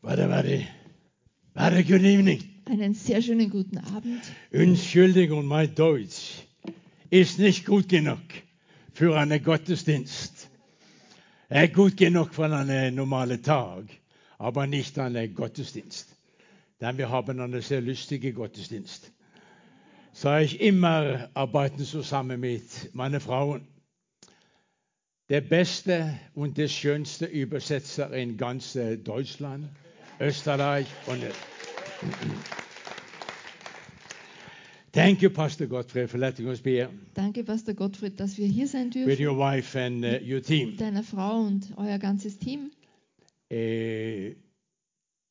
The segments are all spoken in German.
What a very, very good evening. Einen sehr schönen guten Abend. Entschuldigung, mein Deutsch ist nicht gut genug für einen Gottesdienst. Er ist gut genug für einen normalen Tag, aber nicht einen Gottesdienst. Denn wir haben einen sehr lustigen Gottesdienst. So ich immer arbeiten zusammen mit meinen Frauen. Der beste und der schönste Übersetzer in ganz äh, Deutschland, Österreich und. Thank you, Pastor Gottfried, for letting us be here Danke, Pastor Gottfried, dass wir hier sein with dürfen. your wife and uh, your team. Deiner Frau und euer ganzes Team. Eh,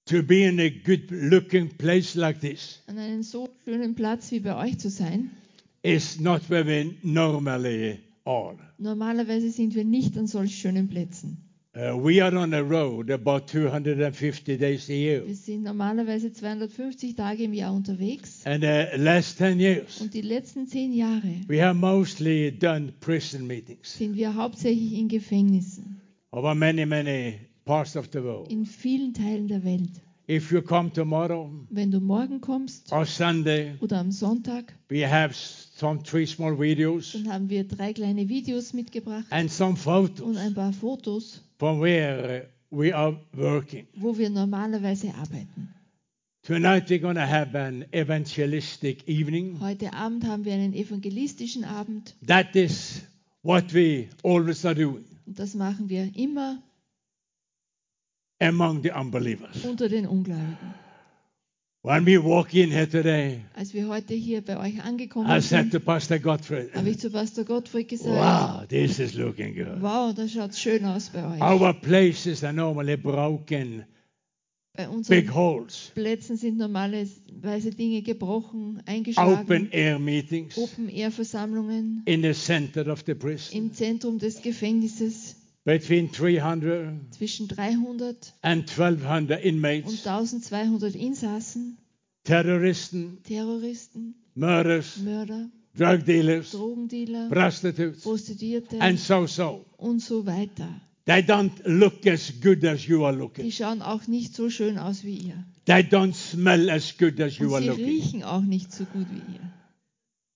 to be in a good looking place like this An einem so schönen Platz wie bei euch zu sein. is not where we normally are. Normalerweise sind wir nicht an solch schönen Plätzen. Uh, we are on the road about 250 days a year. Wir sind normalerweise 250 Tage im Jahr unterwegs. And the last 10 years, Und die letzten zehn Jahre we have mostly done prison meetings sind wir hauptsächlich in Gefängnissen. over many, many parts of the world. In vielen Teilen der Welt. If you come tomorrow Wenn du morgen kommst or Sunday, oder am Sonntag, we have some three small videos dann haben wir drei kleine Videos mitgebracht and some und photos ein paar Fotos, from where uh, we are working. wo wir normalerweise arbeiten. Tonight we're going to have an evangelistic evening. Heute Abend haben wir einen evangelistischen Abend That is what we always are doing und das machen wir immer among the unbelievers. unter den Ungläubigen. When we walk in here today, Als wir heute hier bei euch I angekommen said sind, to Pastor Gottfried, habe ich zu Pastor Gottfried gesagt, Wow, this is looking good. wow, das schaut schön aus bei euch. Our places are normally broken, Bei big unseren holes, Plätzen sind normalerweise Dinge gebrochen, open eingeschlagen, air meetings Open-Air-Versammlungen in the center of the prison. im Zentrum des Gefängnisses Between 300 zwischen 300 and 1200 und inmates, 1200 Insassen, terrorists, Terroristen, murderers, Mörder, drug dealers, Drogendealer, prostitutes, Prostituierte and so so. und so weiter. They don't look as good as you are Die looking. schauen auch nicht so schön aus wie ihr. They don't smell as good as you Und are sie looking. riechen auch nicht so gut wie ihr.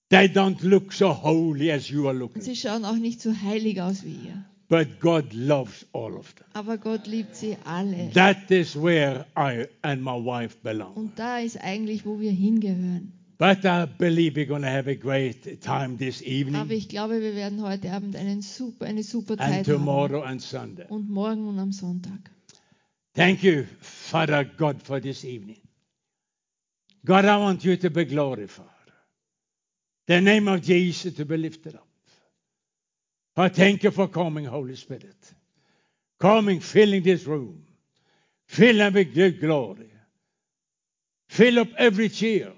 They don't look so holy as you are Und looking. sie schauen auch nicht so heilig aus wie ihr. But God loves all of them. Aber Gott liebt sie alle. That is where I and my wife belong. Und da ist eigentlich, wo wir hingehören. But I believe we're going to have a great time this Aber evening ich glaube, wir werden heute Abend einen super, eine super and Zeit haben. tomorrow and Sunday. Und morgen und am Sonntag. Thank you, Father God, for this evening. God, I want you to be glorified. The name of Jesus to be lifted up. I thank you for coming, Holy Spirit. Coming, filling this room. Fill them with your glory. Fill up every chair.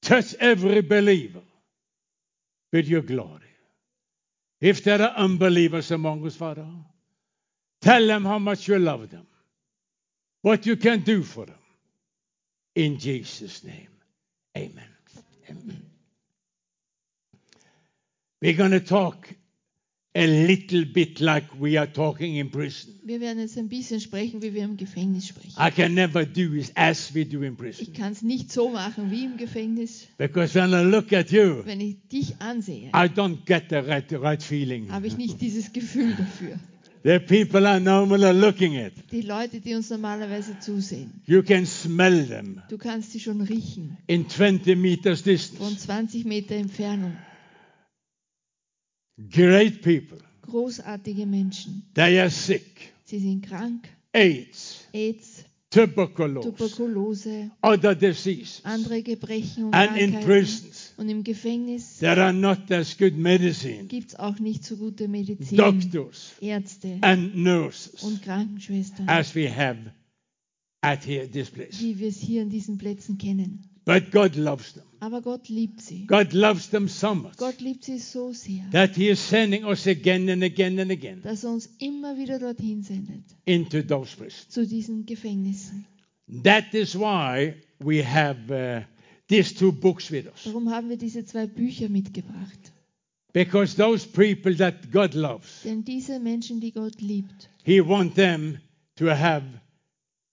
Touch every believer with your glory. If there are unbelievers among us, Father, Tell them how much you love them, what you can do for them. In Jesus' name, amen. amen. We're going to talk a little bit like we are talking in prison. Wir werden jetzt ein bisschen sprechen, wie wir im Gefängnis sprechen. I can never do it as we do in Ich prison. kann es nicht so machen wie im Gefängnis. Because when I look at you, Wenn ich dich ansehe, I don't get the right, the right feeling. habe ich nicht dieses Gefühl dafür. The people I normally looking at, Die Leute, die uns normalerweise zusehen. you can smell them Du kannst sie schon riechen, in 20 meters von distance. 20 Meter Entfernung. Great people. Großartige Menschen. They are sick. Sie sind krank, AIDS, AIDS, tuberculosis, Tuberkulose, other diseases, andere Gebrechen und and in Krankheiten. prisons. Und im Gefängnis There are not as good medicine, gibt es auch nicht so gute Medizin, doctors, Ärzte and nurses und Krankenschwestern, as we have at here this place. wie wir es hier in diesen Plätzen kennen. But God loves them. Aber Gott liebt sie. God loves them so much Gott liebt sie so sehr, that He is sending us again and again and again dass er uns immer wieder dorthin sendet, into those prisons. zu diesen Gefängnissen. That is why we have uh, these two books with us. Darum haben wir diese zwei Bücher mitgebracht. Because those people that God loves, Denn diese Menschen, die Gott liebt, He wants them to have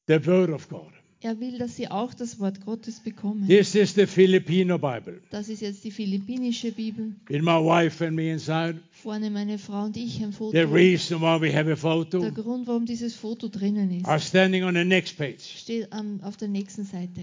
the Word of God. Er will, dass sie auch das Wort Gottes bekommen. This is the Filipino Bible. Das ist jetzt die philippinische Bibel. With my wife and me inside, Vorne meine Frau und ich ein Foto. the reason why we have a Der photo Grund, warum dieses Foto drinnen ist, are standing on the next page. steht am, auf der nächsten Seite.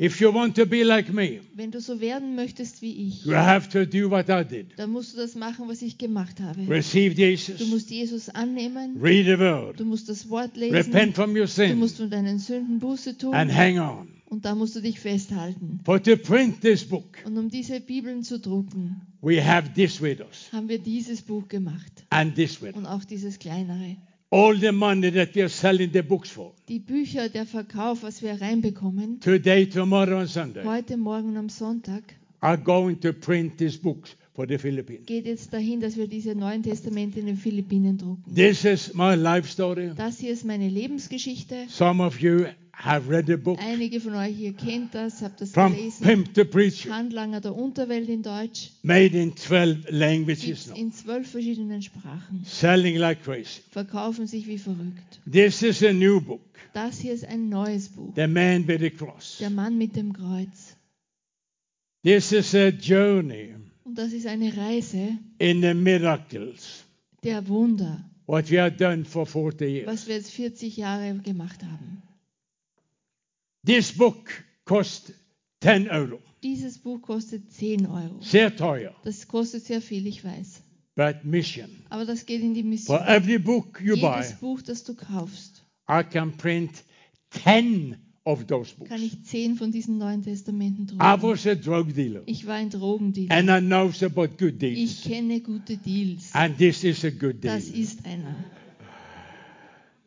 If you want to be like me, Wenn du so werden möchtest wie ich, you have to do what I did. dann musst du das machen, was ich gemacht habe. Receive Du Jesus, musst Jesus annehmen, read the Word, du musst das Wort lesen, repent from your du sins, musst von deinen Sünden Buße and tun hang on. und da musst du dich festhalten. For to print this book, Und um diese Bibeln zu drucken, we have this with us haben wir dieses Buch gemacht and this with us. und auch dieses kleinere. All the money that we are selling the books for Die Bücher, der Verkauf, was wir reinbekommen, today, tomorrow, and Sunday heute Morgen und am Sonntag, are going to print these books for the Philippines. geht jetzt dahin, dass wir diese Neuen Testamente in den Philippinen drucken. This is my life story. Das hier ist meine Lebensgeschichte. Some of you have read the book Einige von euch hier kennt das, habt das From gelesen. Pimp to Preacher, Handlanger der Unterwelt in Deutsch made in 12 languages gibt's now, in zwölf verschiedenen Sprachen. selling like crazy. Verkaufen sich wie verrückt. This is a new book, Das hier ist ein neues Buch. The Man with the Cross. Der Mann mit dem Kreuz. This is a journey Und das ist eine Reise in the miracles, der Wunder, what we have done for 40 years. was wir jetzt 40 Jahre gemacht haben. This book cost 10 euro. Dieses Buch kostet 10 Euro. Sehr teuer, Das kostet sehr viel, ich weiß. but mission. Aber das geht in die For Mission. every book you buy, Jedes Buch, das du kaufst, I can print 10 of those books. kann ich 10 von diesen Neuen Testamenten I drucken. was a drug dealer, Ich war ein Drogendealer. and I know about good deals. Ich kenne gute Deals. And this is a good Ah, deal. Das ist einer.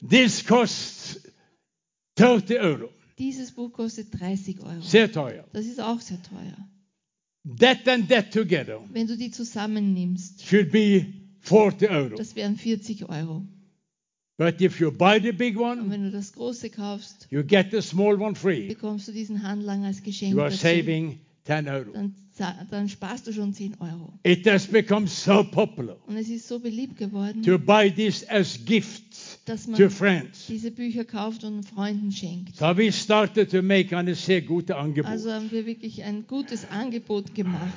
This costs 30 euro. Dieses Buch kostet 30 Euro. Sehr teuer. Das ist auch sehr teuer. That and that together Wenn du die zusammennimmst, should be 40 euro. das wären 40 Euro. But if you buy the big Und one, wenn du das große kaufst, you get the small one free. bekommst du diesen Handlanger als Geschenk You are dazu. saving 10 euro. Dann, za- dann sparst du schon 10 Euro. It has become so popular Und es ist so beliebt geworden, to buy this as gifts dass man to friends. diese Bücher kauft und Freunden schenkt. So we started to make eine sehr gute Also Angebot. haben wir wirklich ein gutes Angebot gemacht.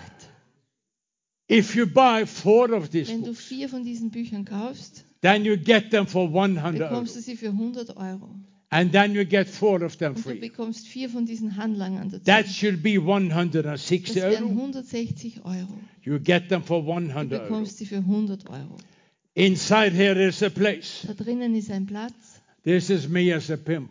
If you buy four of these Wenn du books, vier von diesen Büchern kaufst, then you get them for 100 euro. bekommst du sie für 100 Euro. And then you get four of them Und du free. bekommst vier von diesen Handlangern dazu. That should be 160 das wären euro. 160 Euro. You get them for Du 100 euro. bekommst sie für 100 Euro. Inside here is a place. Da drinnen ist ein Platz. This is me as a pimp,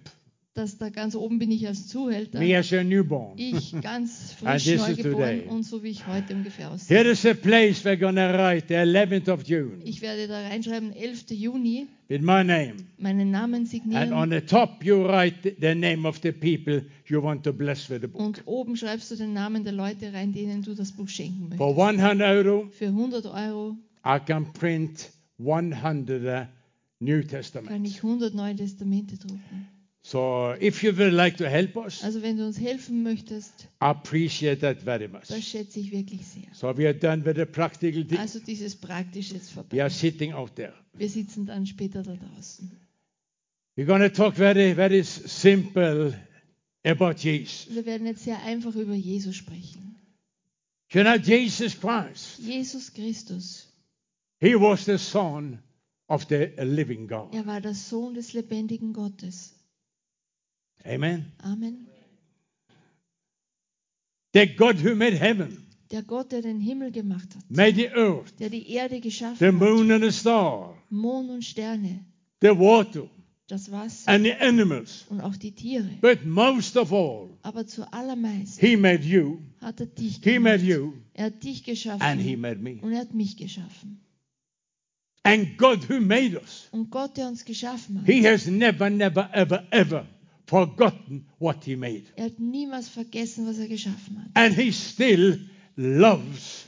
Das da ganz oben bin ich als Zuhälter. me as a newborn. Ich ganz And frisch Ah, this neu is today. geboren und so wie ich heute ungefähr aussehe. Here is a place we're going to write the 11th of June Ich werde da reinschreiben, 11. Juni, with my name. meinen Namen And on signieren the top, you write the name of the people you want to bless with the book. und oben schreibst du den Namen der Leute rein, denen du das Buch schenken For möchtest. 100 euro, Für 100 Euro I can print 100 New kann Testaments. ich 100 Neue Testamente drucken. So if you would like to help us, Also wenn du uns helfen möchtest, I appreciate that very much. das schätze ich wirklich sehr. So we are done with the practical things. Also dieses Praktische ist We vorbei. are sitting out there. Wir sitzen dann später da draußen. We're going to talk very, very s- simple about Jesus. Wir werden jetzt sehr einfach über Jesus sprechen. You know, Jesus Christ, Jesus Christus, he was the son of the living God. er war der Sohn des lebendigen Gottes. Amen. Amen. The God who made heaven, Der Gott, der den Himmel gemacht hat, made the earth, der die Erde the geschaffen hat, moon and the star, Mond und Sterne, the water das Wasser and the animals. und auch die Tiere. But most of all, Aber zuallermeist he made you, hat er dich he made gemacht. you, Er hat dich and he geschaffen made me. und er hat mich geschaffen. And God who made us, Und Gott, der uns geschaffen hat, he has never, never, ever, ever forgotten what he made. Er hat niemals vergessen, was er geschaffen hat. And he still loves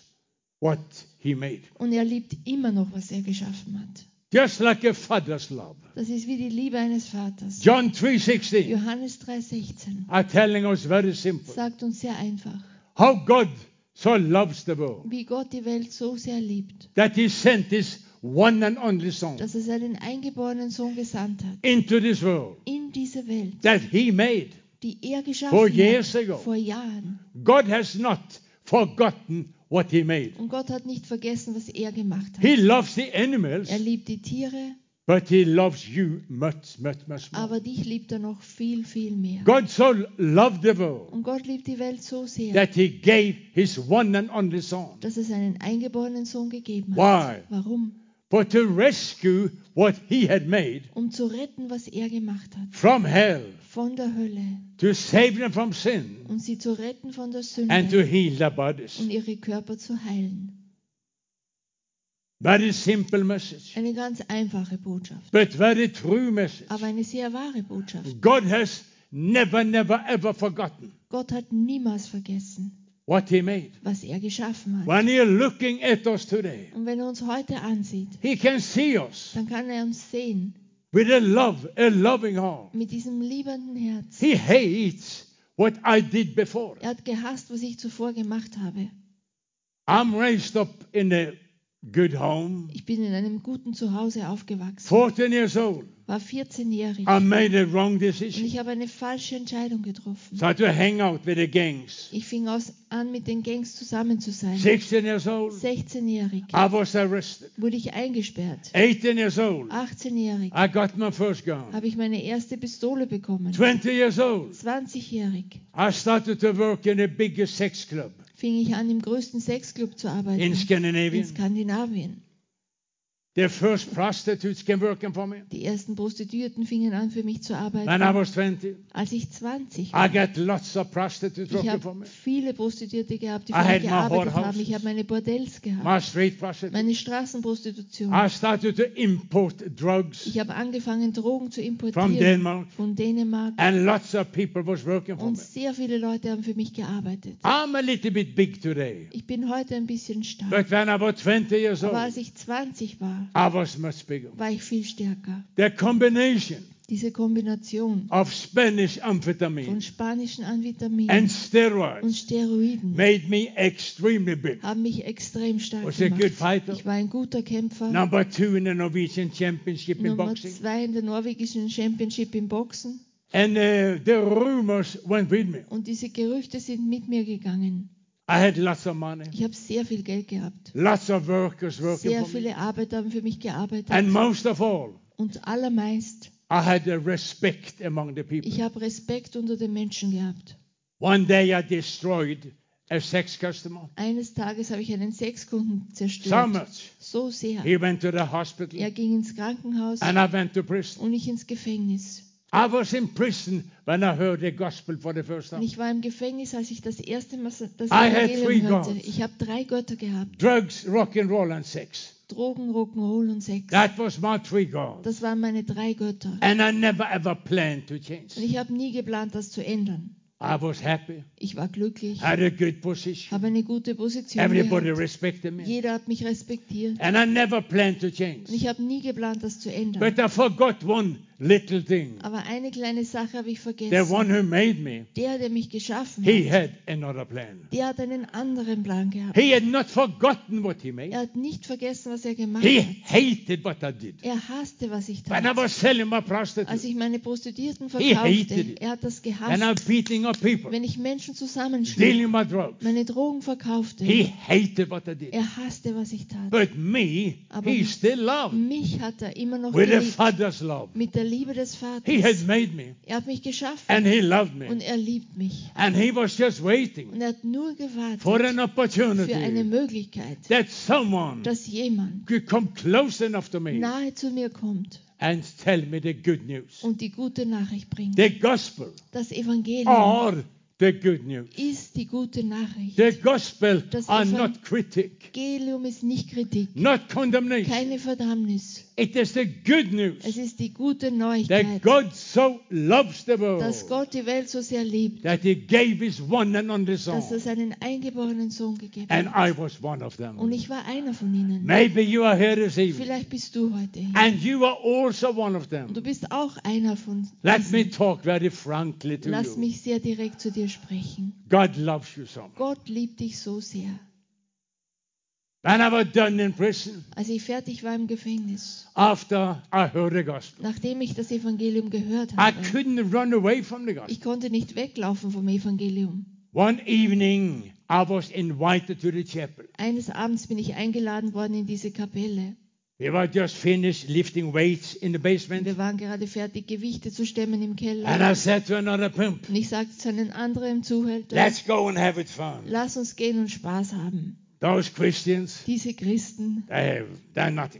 what he made. Und er liebt immer noch, was er geschaffen hat. Just like a father's love. Das ist wie die Liebe eines Vaters. John 3:16 Johannes 3,16 are telling us very simple sagt uns sehr einfach, how God so loves the world wie Gott die Welt so sehr liebt, that he sent his one and only son dass er seinen eingeborenen Sohn gesandt hat into this world in um diese Welt, that He made. die er Four geschaffen years hat ago. vor Jahren. God has not forgotten what He made. Und Gott hat nicht vergessen, was er gemacht hat. He loves the animals, Er liebt die Tiere, but He loves you much, much, much more. aber dich liebt er noch viel, viel mehr. God so loved the world Und Gott liebt die Welt so sehr, that He gave His one and only Son dass es einen eingeborenen Sohn gegeben Why? hat. Warum? for to rescue what He had made Um zu retten, was er gemacht hat. from hell, Von der Hölle. to save them from sin, Um sie zu retten von der and to Sünde. heal their bodies. Und ihre Körper zu heilen. Very simple message, Eine ganz einfache Botschaft. but very true message. Aber eine sehr wahre Botschaft. God has never, never, ever forgotten Gott hat niemals vergessen, what He made. was er geschaffen hat. When you're looking at us today, Und wenn er uns heute ansieht, He can see us dann kann er uns sehen. with a love, a loving heart. Mit diesem liebenden Herz. He hates what I did before. Er hat gehasst, was ich zuvor gemacht habe. I'm raised up in a good home, Ich bin in einem guten Zuhause aufgewachsen, 14 years old. war 14-jährig I made a wrong und decision. ich habe eine falsche Entscheidung getroffen. Started to hang out with the gangs. Ich fing aus, an, mit den Gangs zusammen zu sein. 16 years old, 16-jährig I was arrested. wurde ich eingesperrt. 18 years old, 18-jährig I got my first gun. habe ich meine erste Pistole bekommen. 20 years old, 20-jährig I started to work in a bigger sex club fing ich an, im größten Sexclub zu arbeiten in in Scandinavia. Skandinavien. The first prostitutes came working for me. Die ersten Prostituierten fingen an, für mich zu When I arbeiten, was 20, als ich 20 I war. got lots of prostitutes Ich working for habe me. viele Prostituierte gehabt, die I für mich had my gearbeitet whore haben. Ich houses. habe meine Bordells gehabt. My street prostitutes. Meine Straßenprostitution. I started to import drugs Ich habe angefangen, Drogen zu from importieren Denmark, Ah, von Dänemark and lots of people was working for und me. sehr viele Leute haben für mich gearbeitet. I'm a little bit big today, Ich bin heute ein bisschen stark, but when I was 20 years aber als old, ich 20 war, I was much bigger. war ich viel stärker. The combination Diese Kombination of Spanish von amphetamine spanischen and Anvitaminen und steroids Steroiden made me extremely big. haben mich extrem stark Was a good gemacht. fighter. Ich war ein guter Kämpfer, Number two in the Norwegian Championship in Nummer boxing. zwei in der norwegischen Championship im Boxen And uh, the rumors went with me. und diese Gerüchte sind mit mir gegangen. I had lots of money, Ich habe sehr viel Geld gehabt. lots of workers working Sehr for me. viele Arbeiter haben für mich gearbeitet. And most of all, Und allermeist, I had a respect among the people. ich habe Respekt unter den Menschen gehabt. One day I destroyed a sex customer Eines Tages habe ich einen Sexkunden so zerstört. much. So sehr. He went to the hospital Er ging ins Krankenhaus and I went to prison. und ich ins Gefängnis. I was in prison when I heard the gospel for the first Und time. ich war im Gefängnis, als ich das erste Mal das had three Evangelium hörte. gods. Ich habe drei Götter gehabt. Drugs, rock and roll, and sex. Drogen, Rock'n'Roll und Sex. That was my three goals. Das waren meine drei Götter. And I never ever planned to change. Und ich habe nie geplant, das zu ändern. I was happy, Ich war glücklich, had a good position. habe eine gute Position Everybody gehabt. respected me. Jeder hat mich respektiert. And I never planned to change. Und ich habe nie geplant, das zu ändern. But I forgot one little thing. Aber eine kleine Sache habe ich The vergessen. one who made me, Der, der mich geschaffen he had hat, another plan. der hat einen anderen Plan gehabt. He had not forgotten what he made. Er hat nicht vergessen, was er gemacht He hat. hated what I did. Er hasste, was ich When I tat. was selling my Als prostitutes ich meine Prostituierten hated verkaufte, it. er hat das and I'm gehasst. beating up people, Wenn ich Menschen zusammenschlug, dealing my drugs, meine Drogen verkaufte, he hated what I did. er hasste, was ich tat. But me, Aber he mich- still loved Mich hat er immer noch with a geliebt, father's love. mit der Liebe des He had Vaters. made me, Er hat mich geschaffen and he loved und me. er liebt mich. And he was just waiting Und er hat nur gewartet for an für eine opportunity Möglichkeit, that someone dass jemand could come close enough to me nahe zu mir kommt and tell me the good news. und die gute Nachricht bringt. The gospel Das Evangelium or the good news. ist die gute Nachricht. The gospel Das are Evangel- not critic, Evangelium ist nicht Kritik, not condemnation. keine Verdammnis. It is the good Es news ist die gute that Neuigkeit, God so loves the dass world Gott die Welt so sehr liebt, that He gave His one and only Son, dass er seinen eingeborenen Sohn gegeben and hat. I was one of Und them. ich war einer von ihnen. Maybe you are here this evening, Vielleicht bist du heute hier. and you are also one of Und them. du bist auch einer von Let me diesen. talk very frankly to Lass you. mich sehr direkt zu dir sprechen. God loves you so much. Gott liebt dich so sehr. When I was done in prison, Als ich fertig war im Gefängnis, after I heard the gospel, nachdem ich das Evangelium gehört I habe, couldn't run away from the gospel. ich konnte nicht weglaufen vom Evangelium. One evening, I was invited to the chapel. Eines Abends bin ich eingeladen worden in diese Kapelle. We were just finished lifting weights in the Und basement. wir waren gerade fertig, Gewichte zu stemmen im And Keller. I said to another pimp, Und ich sagte zu einem anderen Zuhälter, let's go and have it fun. lass uns gehen und Spaß haben. Those Christians, Diese Christen, they have done nothing.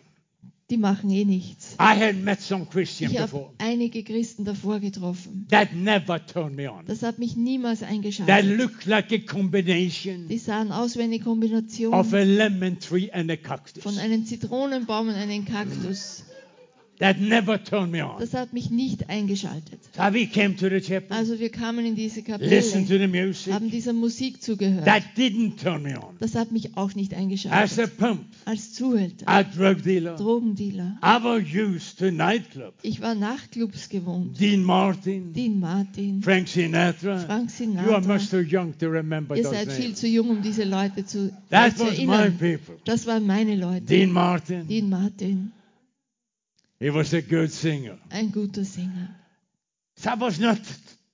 die machen eh nichts. I had met some Christian Ich habe before einige Christen davor getroffen. that never turned me on. Das hat mich niemals That eingeschaltet. looked like a combination Die sahen aus wie eine Kombination of a lemon tree and a cactus. von einem Zitronenbaum und einem Kaktus. That never turned me on. Das hat mich nicht eingeschaltet. So we came to the chapel, Also wir kamen in diese listened Kapelle, to the music. haben dieser Musik zugehört. That didn't turn me on. Das hat mich auch nicht As a eingeschaltet. pimp, Als Zuhälter, a drug dealer, Drogendealer. I was used to nightclub. Ich war Nachtclubs gewohnt. Dean Martin, Dean Martin, Frank Sinatra. Frank You are much Sinatra. too young to remember Ihr those seid viel names. zu jung, um diese Leute zu, That zu was my erinnern. people. Das waren meine Leute. Dean Martin, Dean Martin, he was a good singer. ein guter Sänger. So I was not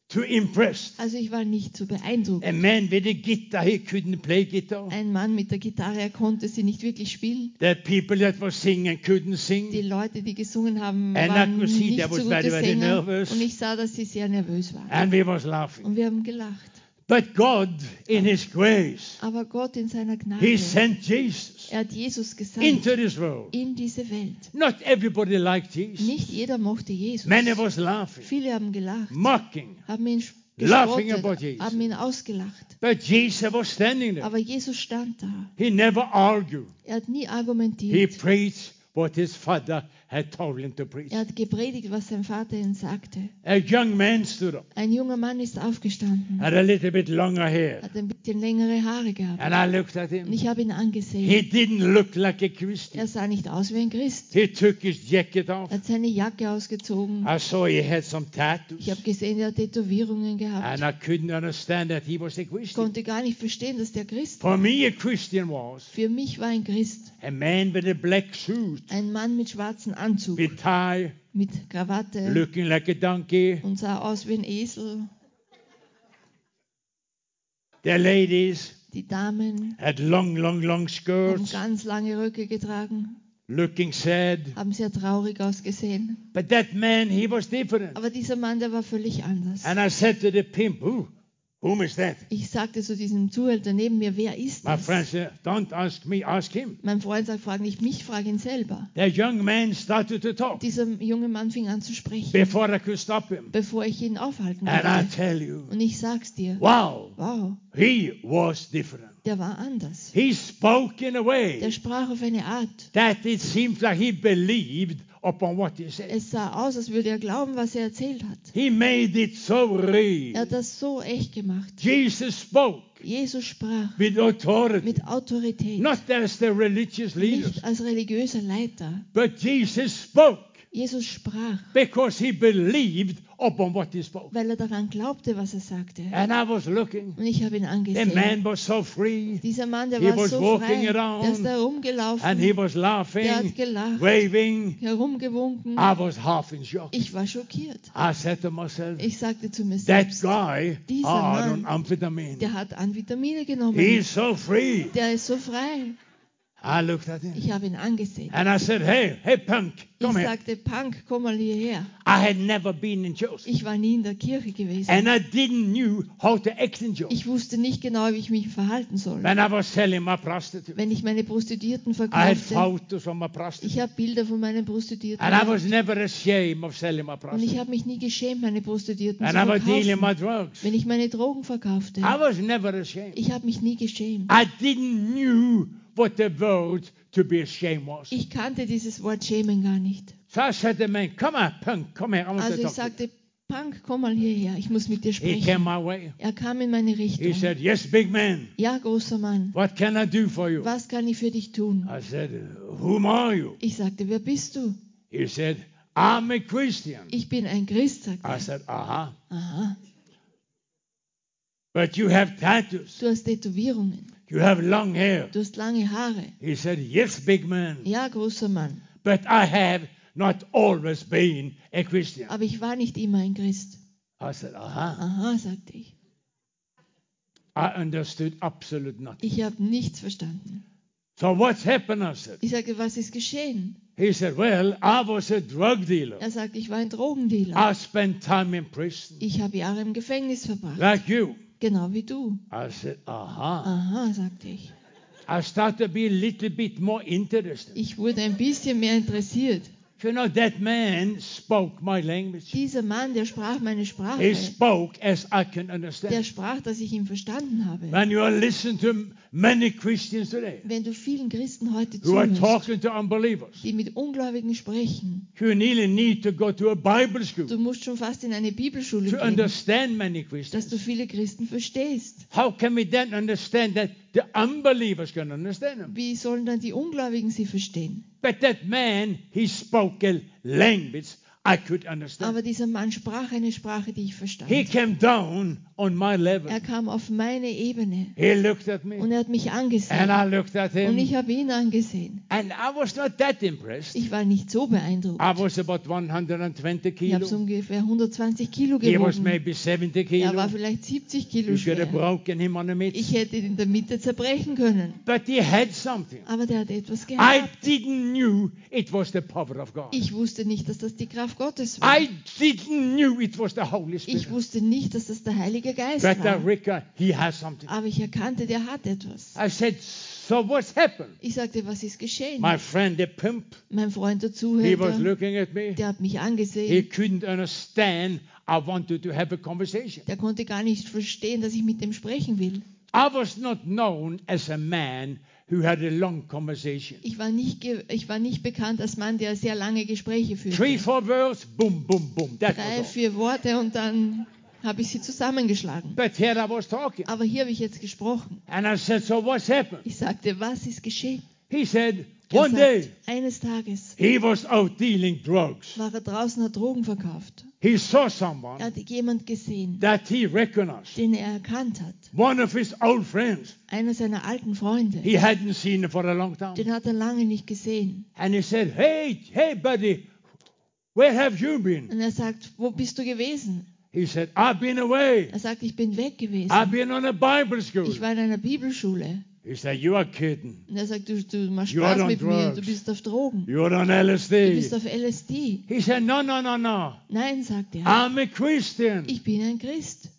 too impressed. Also ich war nicht so beeindruckt. A man with a guitar, he couldn't play guitar. Ein Mann mit der Gitarre, er konnte sie nicht wirklich spielen. The people that were singing couldn't Die sing. Leute, die gesungen haben, And I waren could nicht see so they were gute very, very Sänger. nervous. Äh. Und ich sah, dass sie sehr nervös waren. And we was laughing. Und wir haben gelacht. But God, in his grace, Aber Gott in seiner he Gnade, sent Jesus er hat Jesus gesandt into this world. in diese Welt. Not everybody liked Jesus. Nicht jeder mochte Jesus. Many was laughing, Viele haben gelacht, mocking. haben ihn Laughing about gespottet, Jesus. haben ihn ausgelacht. But Jesus was standing there. Aber Jesus stand da. He never argued. Er hat nie He argumentiert. preached what his father had told him to preach. Er hat gepredigt, was sein Vater ihm sagte. A young man stood up, Ein junger Mann ist aufgestanden. had a little bit longer hair. hat ein bisschen längere Haare gehabt. And I looked at Und him. ich habe ihn angesehen. He didn't look like a Christian. Er sah nicht aus wie ein Christ. He took his jacket off. Er hat seine Jacke ausgezogen. I saw he had some Ich tattoos. habe gesehen, er hat Tätowierungen And gehabt. I couldn't understand that he was a Ich Christian. konnte gar nicht verstehen, dass der Christ war. For me, a Christian was Für mich war ein Christ a man with a black suit, ein Mann mit schwarzem Anzug, with tie, mit Krawatte looking like a donkey. und sah aus wie ein Esel. The ladies Die Damen had long, long, long haben skirts, ganz lange Röcke getragen, looking sad. haben sehr traurig ausgesehen. But that man, he was different. Aber dieser Mann, der war völlig anders. And I said to the pimp, Who? Whom is that? Ich sagte zu diesem Zuhälter neben mir, wer ist My das? friend said, Don't ask me, ask him. Mein Freund sagt, frag nicht mich, frag ihn selber. The young man started to talk Dieser junge Mann fing an zu sprechen, before I could stop him. bevor ich ihn aufhalten And I konnte. tell you, Und ich sag's dir, wow, wow, he was different. der war anders. He spoke in a Der way sprach auf eine Art. that it seems like he believed upon what he said. Es sah aus, als würde er glauben, was er erzählt hat. He made it so Er real. hat das so echt gemacht. Jesus spoke Jesus sprach with authority, mit Autorität, not as the religious leaders, nicht als religiöser Leiter. but Jesus spoke Jesus sprach, because he believed upon what he spoke. weil er daran glaubte, was er sagte. And I was looking. Und ich habe ihn The angesehen. man was so free, Dieser Mann, der He war was so walking frei, around der ist da and he rumgelaufen, was der hat laughing, gelacht, waving. herumgewunken. I was half in shock. Ich war schockiert. I said to myself, Ich sagte zu mir that selbst, guy Dieser are on Mann, amphetamine. der hat an Vitamine genommen. He's so free. der ist so frei. I looked at him Ich habe ihn angesehen. and I said, hey, hey, punk, Ich come here. sagte, Punk, komm mal hierher. I had never been in church. Ich war nie in der Kirche gewesen. And I didn't knew how to act in church. ich wusste nicht genau, wie ich mich verhalten soll. When I was selling my prostitute, Wenn ich meine Prostituierten I had verkaufte, photos from my prostitute. ich habe Bilder von meinen Prostituierten. And I gemacht. was never ashamed of selling my Und ich prostitute. habe mich nie geschämt, meine Prostituierten zu And I was dealing verkaufen. my drugs. Wenn ich meine Drogen verkaufte, I was never ashamed. ich habe mich nie geschämt. I didn't knew what the word to be ashamed was. Ich kannte dieses Wort Schämen gar nicht. So I said to the man, come on, punk, come here. I want Also to ich talk to you. sagte, Punk, komm mal hierher, ich muss mit dir He came sprechen. my way. Er kam in meine He Richtung. said, Yes, big man, Ja, großer Mann, what can I do for you? was kann ich für dich tun? I said, Whom are you? Ich sagte, wer bist du? He said, I'm a Christian. Ich bin ein Christ, sagte I er. said, Uh huh. Aha, But you have tattoos. du hast Tätowierungen. You have long hair. Du hast lange Haare. He said, Yes, big man, Ja, großer Mann. but I have not always been a Christian. Aber ich war nicht immer ein Christ. I said, Aha. Aha, sagte ich. I understood absolute nothing. Ich habe nichts verstanden. So what's happened? I said. Ich sagte, was ist geschehen? He said, Well, I was a drug dealer. Er sagt, ich war ein Drogendealer. I spent time in prison, Ich habe Jahre im Gefängnis verbracht. like you. Genau wie du. I said, Aha. Aha, sagte ich. I started to be a little bit more interested. Ich wurde ein bisschen mehr interessiert. You know, that man spoke my language. Dieser Mann, der sprach meine He Sprache. spoke as I can Der understand. sprach, dass ich ihn verstanden habe. When you listen to many Christians today Wenn du vielen Christen heute who are zuhörst, talking to unbelievers, die mit Ungläubigen sprechen, you really need to go to a Bible school du musst schon fast in eine Bibelschule to gehen, understand many dass du Christians. viele Christen verstehst. How can we then understand that the unbelievers can understand them? Wie sollen dann die Ungläubigen sie verstehen? But that man, he spoke a language I could Aber understand. dieser Mann sprach eine Sprache, die ich He verstand. came down on my level. Er kam auf meine Ebene He looked at me. und er hat mich And angesehen. I looked at Und him, ich habe ihn angesehen. and I was not that impressed. Ich war nicht so beeindruckt. I was about 120 Ich habe so kilo. ungefähr 120 Kilo He was gewogen. maybe 70 Er war kilo. vielleicht 70 Kilo You could have schwer. broken him on the Ich midst. hätte ihn in der Mitte zerbrechen können. But he had something. Aber der hat etwas I gehabt. didn't knew it was the power of God. Ich wusste nicht, dass das die Kraft Gottes war. I didn't knew it was the Holy Ich Spirit. wusste nicht, dass das der Heilige Geist But uh, war. Rika, he has something. Aber ich erkannte, der hat etwas. I said, so what's happened? Ich sagte, was ist geschehen? My friend, the pimp, Mein Freund, der he was Zuhälter, looking at me. der hat mich He angesehen. couldn't understand. I wanted to have a conversation. Der konnte gar nicht verstehen, dass ich mit dem sprechen will. I was not known as a man who had a long conversation. Ich war nicht, ge- ich war nicht bekannt als Mann, der sehr lange Gespräche Three, führte. four words, boom, boom, boom. That Drei, was all. vier Worte und dann habe ich sie zusammengeschlagen. But here I was talking. Aber hier habe ich jetzt gesprochen. And I said, So what's happened? Ich sagte, was ist geschehen? He said, Er One day sagt, eines Tages he was out dealing drugs. war er draußen, hat Drogen verkauft. He saw Er someone hat jemand gesehen, that he recognized. den er erkannt hat. One of his old friends. Einer seiner alten Freunde. He hadn't seen for a long time. Den hat er lange nicht gesehen. And he said, Hey, hey, buddy, where have you been? Und er sagt, wo bist du gewesen? He said, I've been away. Er sagt, ich bin weg I've gewesen. been on a Bible school. Ich war in einer Bibelschule. He said, You are kidding. Und er sagt, du, du machst You are Spaß on mit mir. Du drugs. bist auf Drogen. You're on Du bist LSD. auf LSD. He said, No, no, no, no. Nein, sagt er. I'm a Christian. Ich bin ein Christ.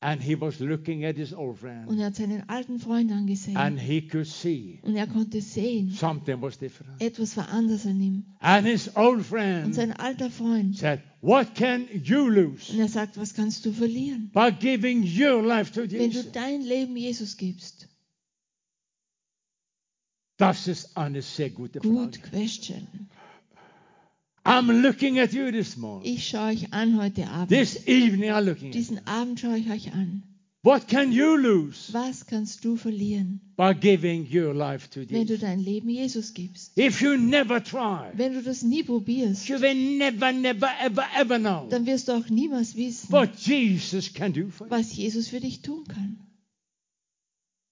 And he was looking at his old Und friend. er hat seinen alten Freund angesehen. And he could see Und er konnte sehen, something was different. etwas war anders an ihm. And his old Und friend sein alter Freund. said, What can you Und lose er sagt, was kannst du verlieren, by giving your life to wenn du Jesus? dein Leben Jesus gibst? Das ist eine sehr gute Good Frage. question. I'm looking at you this morning. Ich schaue euch an heute Abend. This evening I'm looking at you. Diesen Abend schaue ich euch an. What can you lose Was kannst du verlieren, by giving your life to wenn du Jesus? dein Leben Jesus gibst? If you never try, Wenn du das nie probierst, you will never, never, ever, ever know. dann wirst du auch niemals wissen, what Jesus can do for you. was Jesus für dich tun kann.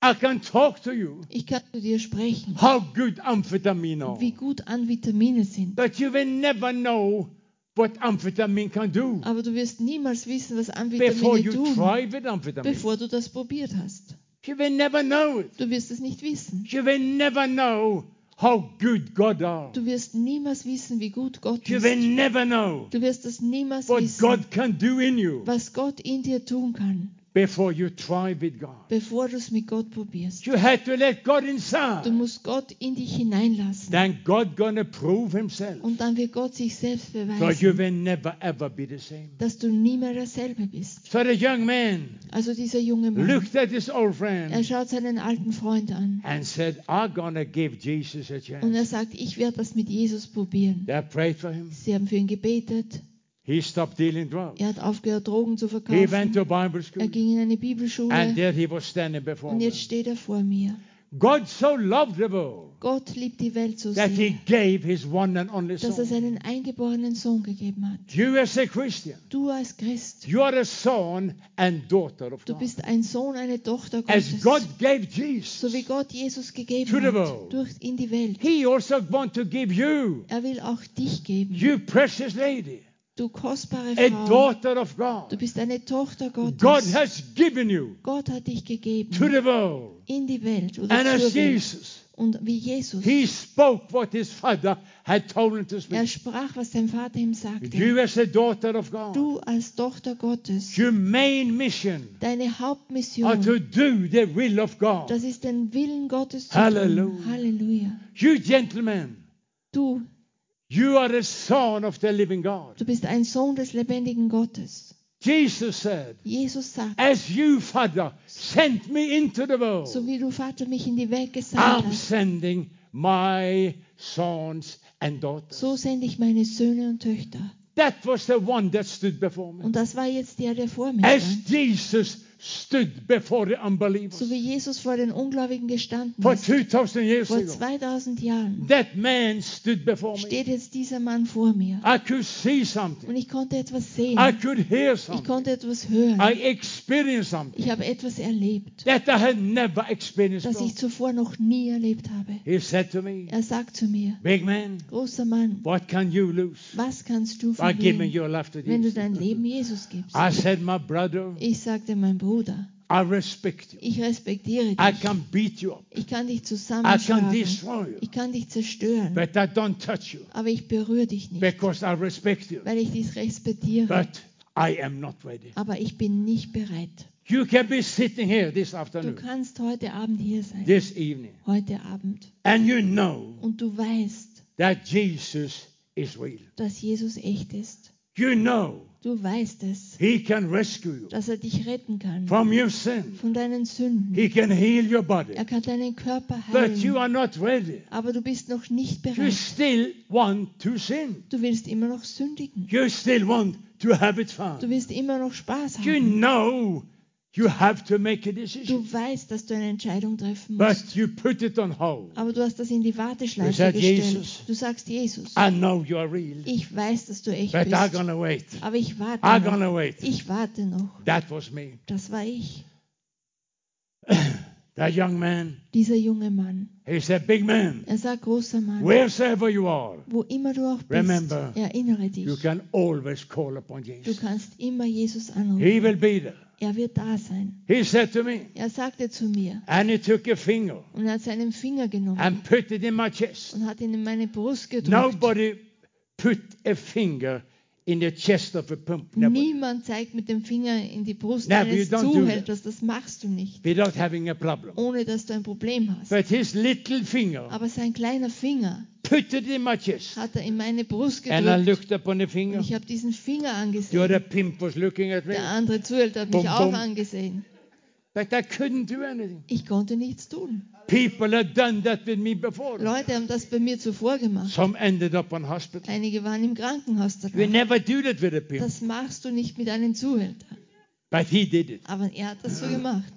I can talk to you Ich kann zu dir sprechen, how good amphetamine are, wie gut an Vitamine sind, but you will never know what amphetamine can do aber du wirst niemals wissen, was an before Vitamine you tun, try with amphetamine. bevor du das probiert hast. You will never know it. Du wirst es nicht wissen. You will never know how good God are. Du wirst niemals wissen, wie gut Gott You ist. will never know Du wirst es niemals what wissen, God can do in you was Gott in dir tun kann, before you try with God. bevor du es mit Gott probierst. You had to let God Du inside. musst Gott in dich hineinlassen. Then God gonna prove Himself. Und dann wird Gott sich selbst So you beweisen, will never ever be the same. dass du nie mehr derselbe bist. So the young man Also dieser junge Mann, looked at his old er friend schaut seinen alten Freund an and said, I'm going to give Jesus a und er chance. sagt, ich werde das mit Jesus probieren. They prayed for him. Sie haben für ihn gebetet, He stopped dealing drugs. er hat aufgehört, Drogen zu He went verkaufen, to Bible er school. ging in eine And Bibelschule there he was standing before und me. jetzt steht er vor mir. God so loved the world Gott liebt die Welt so that he sehr, gave his one and only dass son. er seinen eingeborenen Sohn gegeben hat. You as a Christian, Du als Christ, you are a son and daughter of du God. bist ein Sohn, eine Tochter As Gottes. God gave So wie Jesus, Gott Jesus To gegeben the hat, world. durch in die Welt. he also wants to give you, Er will auch dich geben, you precious lady, du kostbare a Frau. daughter of Du God. bist eine Tochter God Gottes. has given you Gott hat dich to gegeben the world. in die Welt oder And zur as Welt. Jesus, Und wie Jesus, he spoke what his father had told him to er speak. sprach, was sein Vater ihm sagte. You as a daughter of God, Du als Tochter Gottes, your main mission deine are Hauptmission, to do the will of God. das ist den Willen Gottes zu Halleluja. tun. Halleluja. You gentlemen, Du, you are a son of the living God. du bist ein Sohn des lebendigen Gottes. Jesus said, Jesus sagt, As you, Father, sent me into the so world, wie du Vater mich in die Welt gesandt I'm hast, sending my sons and daughters. So sende ich meine Söhne und Töchter. That was the one that stood before me. Und das war jetzt der, der vor mir As stand. Jesus stood before the So unbelievers wie Jesus vor den Ungläubigen gestanden for ist, 2,000 years vor ago, 2000 Jahren, that man stood before me. steht jetzt dieser Mann vor mir. I could see something. Und ich konnte etwas sehen. I could hear Ich something. konnte etwas I hören. experienced something Ich habe etwas erlebt, that I had never experienced das before. ich zuvor noch nie erlebt habe. He said to me, Er sagt zu mir, Big man, großer Mann, what can you lose was kannst du by giving verlieren, your life to wenn Ah, du Jesus? Ah. dein Leben Jesus gibst? I said, My brother, Ich sagte, mein Bruder, I respect you. ich respektiere I dich. can beat you up. Ich kann dich I can zusammenschlagen. destroy you. Ich kann dich zerstören. But I don't touch you aber ich berühre dich nicht, because I respect you. weil ich dich respektiere, But I am not ready. aber ich bin nicht bereit. You can be sitting here this Du afternoon, kannst heute Abend hier sein, this evening, heute Abend, and you know und du weißt, that Jesus is real. dass Jesus echt ist. You know Du weißt es, He can rescue you dass er dich retten kann from your sin. von deinen Sünden. He can heal your body. Er kann deinen Körper But you heilen, are not ready. aber du bist noch nicht You bereit. still want to sin. Du willst immer noch sündigen. You still want to have it Du fun. willst immer noch Spaß You haben. know you have to make a decision. Du weißt, dass du eine Entscheidung treffen musst, But you put it on hold. aber du hast das in die Warteschleife sagst, gestellt. Jesus. Du sagst, Jesus, I know you are real. ich weiß, dass du echt But I'm bist. gonna wait. Aber ich I'm warte noch. gonna wait. Ich warte noch. That was me. Das war ich, That young man. dieser junge Mann. He said, Big man, Er sagt, großer Mann, wheresoever you are, wo immer du auch bist, Remember, erinnere dich. you can always call upon du Jesus. kannst immer Jesus anrufen. He will be there. er wird da sein. He said to me, Er sagte zu mir and he took a finger und er hat seinen Finger genommen and put it in my chest. und hat ihn in meine Brust gedrückt. Nobody put a finger in the chest of a pump. Nobody. Niemand zeigt mit dem Finger in die Brust Never, eines you don't do Zuhälters. Das machst du nicht, Without having a problem. ohne dass du ein Problem hast. But his little finger Aber sein kleiner Finger put it in my chest. hat er in meine Brust And I gedrückt. looked upon the Und finger. ich habe diesen Finger The angesehen. other pimp was looking at me. Der andere Zuhälter hat mich Bum, auch bum. angesehen. But I couldn't do anything. Ich konnte nichts tun. People had done that with me before. Leute haben das bei mir zuvor gemacht. Some ended up on hospital. Einige waren im Krankenhaus We danach. never do that with a pimp. Das machst du nicht mit einem Zuhälter. But he did it. Aber er hat das so gemacht.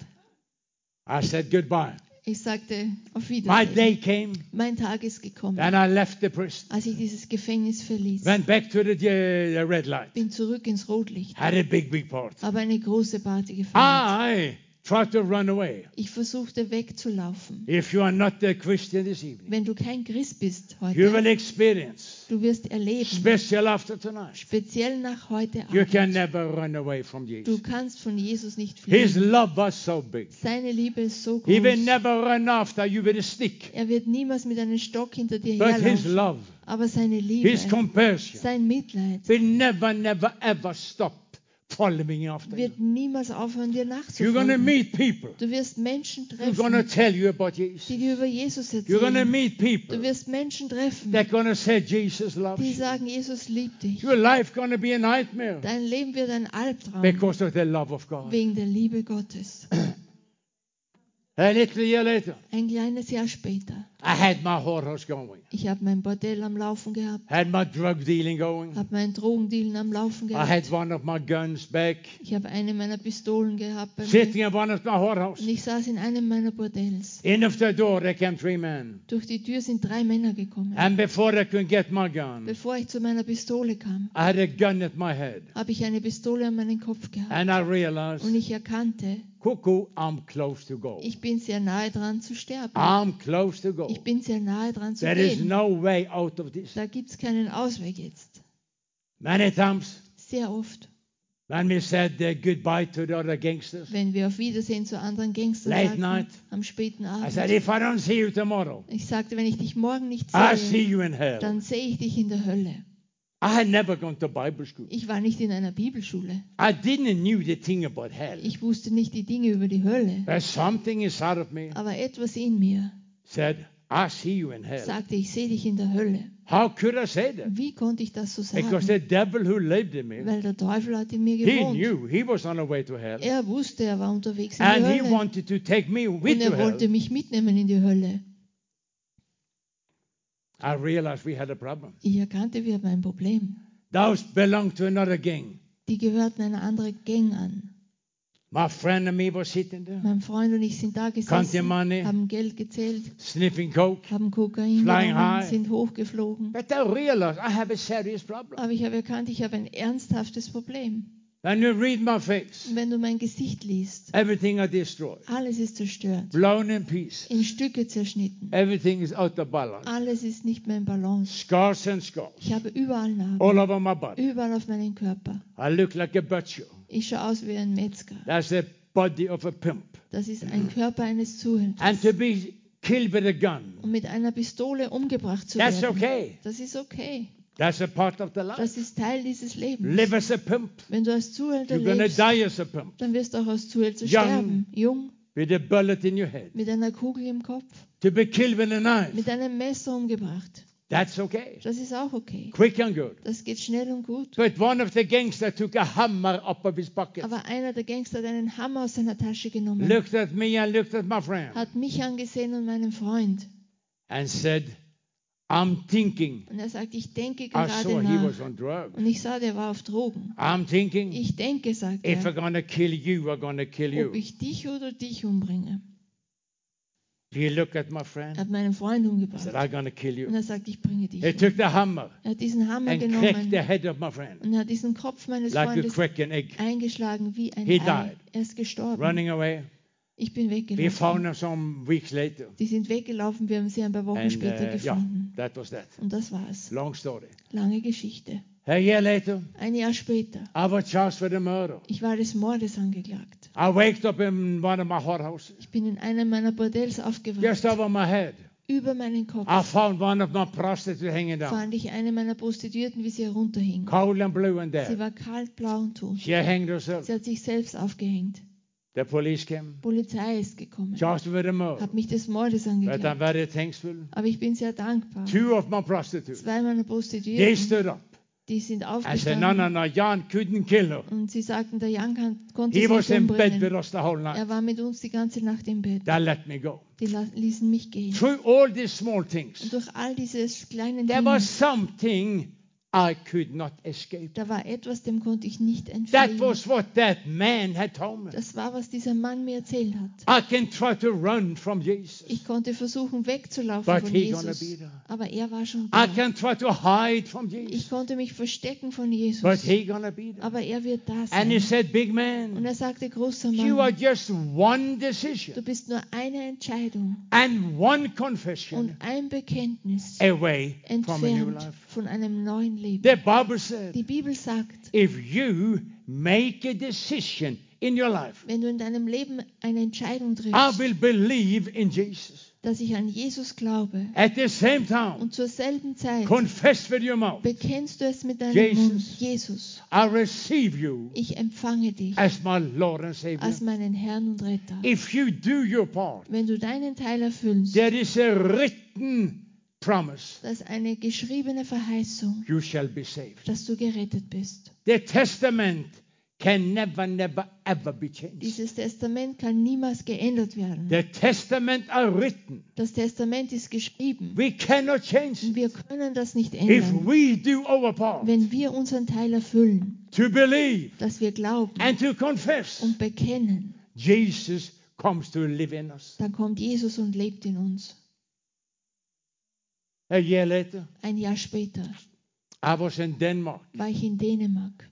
I said goodbye. Ich sagte, auf My Wiedersehen. day came Mein Tag ist gekommen, and I left the prison. als ich dieses Gefängnis verließ. Went back to the, uh, the red light. Bin zurück ins Rotlicht. Had a big, big part. Habe eine große Party Ah! gefeiert. I tried to run away. Ich versuchte wegzulaufen. If you are not a Christian this evening, Wenn du kein Christ bist you heute, will experience, du wirst erleben, special after tonight, speziell nach heute you can Abend, never run away from du Jesus. kannst von Jesus nicht His fliehen. love was so big. Seine Liebe ist so He will groß. never run after you with a stick. Er wird niemals mit einem Stock hinter dir But his herlaufen. love, Aber seine Liebe, his compassion, sein Mitleid will never, never, ever stop following after you. wird niemals aufhören, You're dir going to nachzufolgen. meet people Du wirst Menschen who's going to treffen, tell you about die Jesus. dir über Jesus You're going to erzählen. meet Du people wirst Menschen treffen, that going to say Jesus loves die you. sagen, Jesus liebt dich. Your life going to be a nightmare Dein Leben wird ein Albtraum because of the love of God. wegen der Liebe Gottes. A little year later, Ein kleines Jahr später. I had my whorehouse going, Ich habe mein Bordell am Laufen gehabt, had my drug dealing going, habe meinen Drogendealen am Laufen I gehabt. had one of my guns back, Ich habe eine meiner Pistolen gehabt bei mir. sitting in one of my Und whorehouse. ich saß in einem meiner Bordells. In of the door, there came three men. Durch die Tür sind drei Männer gekommen. And before I could get my gun, Bevor ich zu meiner Pistole kam, I had a gun at my head. habe ich eine Pistole an meinen Kopf gehabt. And I Und realized, ich erkannte, cuckoo, I'm close to go. ich bin sehr nahe dran zu sterben. I'm close to go. Ich bin sehr nahe dran zu There is gehen. no way out of this. Da gibt es keinen Ausweg jetzt. Many times Sehr oft, when we said uh, goodbye to the other gangsters, wenn wir auf Wiedersehen zu anderen Gangstern Late sagten, night. am späten I said, Abend. if I don't see you tomorrow, Ich sagte, wenn ich dich morgen nicht I Ah, see sehe, you in hell. dann sehe ich dich in der Hölle. I had never gone to Bible school. Ich war nicht in einer Bibelschule. I didn't knew the thing about hell. Ich wusste nicht die Dinge über die Hölle. There's something inside of me Aber etwas in mir said, I see you in hell. sagte, ich sehe dich in der Hölle. How could I say that? Wie konnte ich das so Because sagen? the devil who lived in me, Weil der Teufel hat in mir he gewohnt. knew he was on the way to hell. Er wusste, er war unterwegs in And die he Hölle. wanted to take me with Und to er hell. wollte mich mitnehmen in die Hölle. I realized we had a problem. Ich erkannte, wir haben ein Problem. Those belonged to another gang. Die gehörten einer anderen Gang an. My friend and me were sitting there, Mein Freund und ich sind da counting gesessen, money, haben Geld gezählt, sniffing coke. haben Kokain Flying genommen, high. sind hochgeflogen. But I realized I have a serious problem. Aber ich habe erkannt, ich habe ein ernsthaftes Problem. When you read my face, Und wenn du mein Gesicht liest, everything I destroyed, alles ist zerstört, blown in pieces. in Stücke zerschnitten, Everything is out of balance. alles ist nicht mehr in Balance. Scars and scars Ich habe überall Narben, all over my body. überall auf meinen Körper. I look like a butcher. Ich schaue aus wie ein Metzger. That's the body of a pimp. Das ist ein Körper eines Zuhälters. And to be killed with a gun, Und mit einer Pistole umgebracht zu that's werden, okay. das ist okay. That's a part of the life. Das ist Teil dieses Lebens. Live as a pimp. Wenn du als Zuhälter You're going to lebst, die as a pimp dann wirst du auch als Zuhälter Young. sterben. Jung, with a bullet in your head. mit einer Kugel im Kopf, To be killed with a knife, mit einem Messer umgebracht. that's okay. Das ist auch okay. Quick and good. Das geht schnell und gut. But one of the gangsters took a hammer out of his pocket, Aber einer der Gangster hat einen Hammer aus seiner Tasche genommen, looked at me and looked at my friend, hat mich angesehen und meinen Freund. and said, I'm thinking. Und er sagt, ich denke I saw gerade he was nach. on drugs. Und ich sah, der war auf Drogen. I'm thinking, Ich denke, sagt if I'm er, going to kill you, I'm going to kill you. ob ich dich oder dich umbringe. He looked at my Er friend, hat meinen Freund said, umgebracht. I'm going to kill Und you. er sagt, ich bringe dich He um. took the hammer Er hat diesen Hammer and cracked the genommen head of my friend und hat diesen Kopf meines like you Freundes crack an egg. eingeschlagen wie ein He Ei. died. Er ist gestorben. Running away. Ich bin We found weggelaufen. him some weeks later. Die sind weggelaufen, wir haben sie ein paar Wochen And später uh, yeah, gefunden. that was that. Und das war's. Long story. Lange Geschichte. A year later, Ein Jahr später. I was charged with a murder. Ich war des Mordes angeklagt. I waked up in one of my hothouses, Ich bin in einem meiner Bordells aufgewacht. just over my head. Über meinen Kopf I found one of my prostitutes hanging down, fand ich eine meiner Prostituierten, wie sie herunterhing. cold and blue and Sie dead. war kalt, blau und tot. She hanged herself. Sie hat sich selbst aufgehängt. The police came, Polizei ist gekommen, charged with a murder. hat mich des Mordes But I'm angeklagt. very thankful. Aber ich bin sehr dankbar. Two of my prostitutes, Zwei meiner they Prostituierten, stood up die sind and said, No, no, aufgestanden no, Jan couldn't kill her. und sie sagten, der Jan kann, konnte He sie was nicht in bed with umbringen. us the whole night. Er war mit uns die ganze Nacht im Bett. They let me go. Die la- ließen mich gehen. Through all these small Und things, durch all dieses kleinen there was Ding, something I could not escape. da war etwas, dem konnte ich nicht That entfliehen. was what that man had told me. Das war, was dieser Mann mir erzählt hat. I can try to run from Jesus. Ich konnte versuchen, wegzulaufen But von he gonna be Jesus, there. Ah, aber er war schon I da. can try to hide from Ich Jesus. konnte mich verstecken von But Jesus, he gonna be there. aber er wird da And he sein. said, Big Und man, er sagte, großer you are Mann, just one du decision bist nur eine Entscheidung and one confession und ein Bekenntnis away from a new entfernt life. von einem neuen Leben. The Bible said, Die Bibel sagt, if you make a decision in your life, wenn du in deinem Leben eine Entscheidung I triffst, will believe in Jesus. dass ich an Jesus glaube At the same time, und zur selben Zeit confess with your mouth, bekennst du es mit deinem Jesus. Mund, Jesus, I receive you ich empfange dich as my Lord and Savior. als meinen Herrn und Retter. If you do your part, Wenn du deinen Teil erfüllst, There is a written promise das ist eine geschriebene Verheißung, you shall be saved. dass du gerettet bist. The testament can never, never, ever be changed. Dieses Testament kann niemals geändert werden. The testament are written. Das Testament ist geschrieben. We cannot change. Und wir können das nicht If ändern, we do our part wenn wir unseren Teil erfüllen, to believe dass wir glauben and to confess, und bekennen. Jesus comes to live in us. Dann kommt Jesus und lebt in uns. A year later, Ein Jahr später I was in Denmark war ich in Dänemark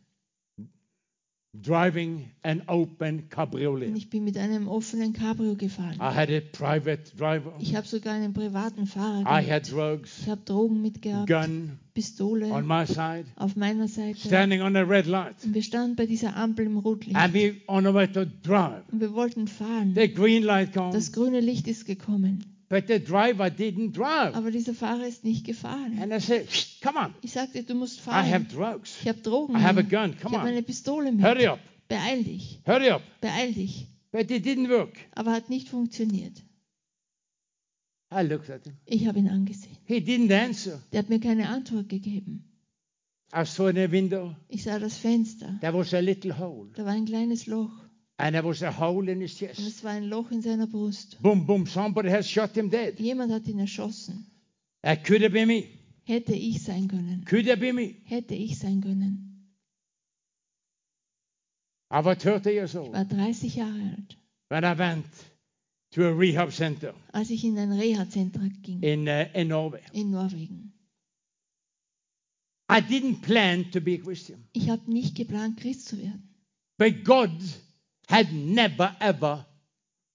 driving an open und cabriolet. ich bin mit einem offenen Cabrio gefahren. I had a private driver. Ich habe sogar einen privaten Fahrer I gehabt. had drugs, Ich habe Drogen mitgehabt, gun on Pistole my side, auf meiner Seite. standing on a red light. Und wir standen bei dieser Ampel im And Rotlicht we on our way to drive. und wir wollten fahren. The green light Das comes, grüne Licht ist gekommen, but the driver didn't drive. aber dieser Fahrer ist nicht gefahren. And I said, "Come on, Ich sagte, du musst I have fahren. drugs. Ich habe Drogen I have a mit. gun. Ich Ah, Come habe on, eine Pistole mit. hurry up, Beeil dich, hurry up." beeil dich. But it didn't work. Aber hat nicht funktioniert. I looked at him. Ich habe ihn angesehen. He didn't answer. Der hat mir keine Antwort gegeben. I saw in a window Ich sah das Fenster. there was a little hole, Da war ein kleines Loch and there was a hole in his und chest. es war ein Loch in seiner Brust. Boom, boom! Somebody has shot him dead. Jemand hat ihn erschossen. That could have been me. Hätte ich sein können. Could have been me. Hätte ich sein können. I was 30 years Ich old war 30 Jahre alt, when I went to a rehab center als ich in ein Reha-Zentrum ging in uh, in Norway. in Norwegen. I didn't plan to be a Christian, Ich habe nicht geplant, Christ zu werden. but God had never ever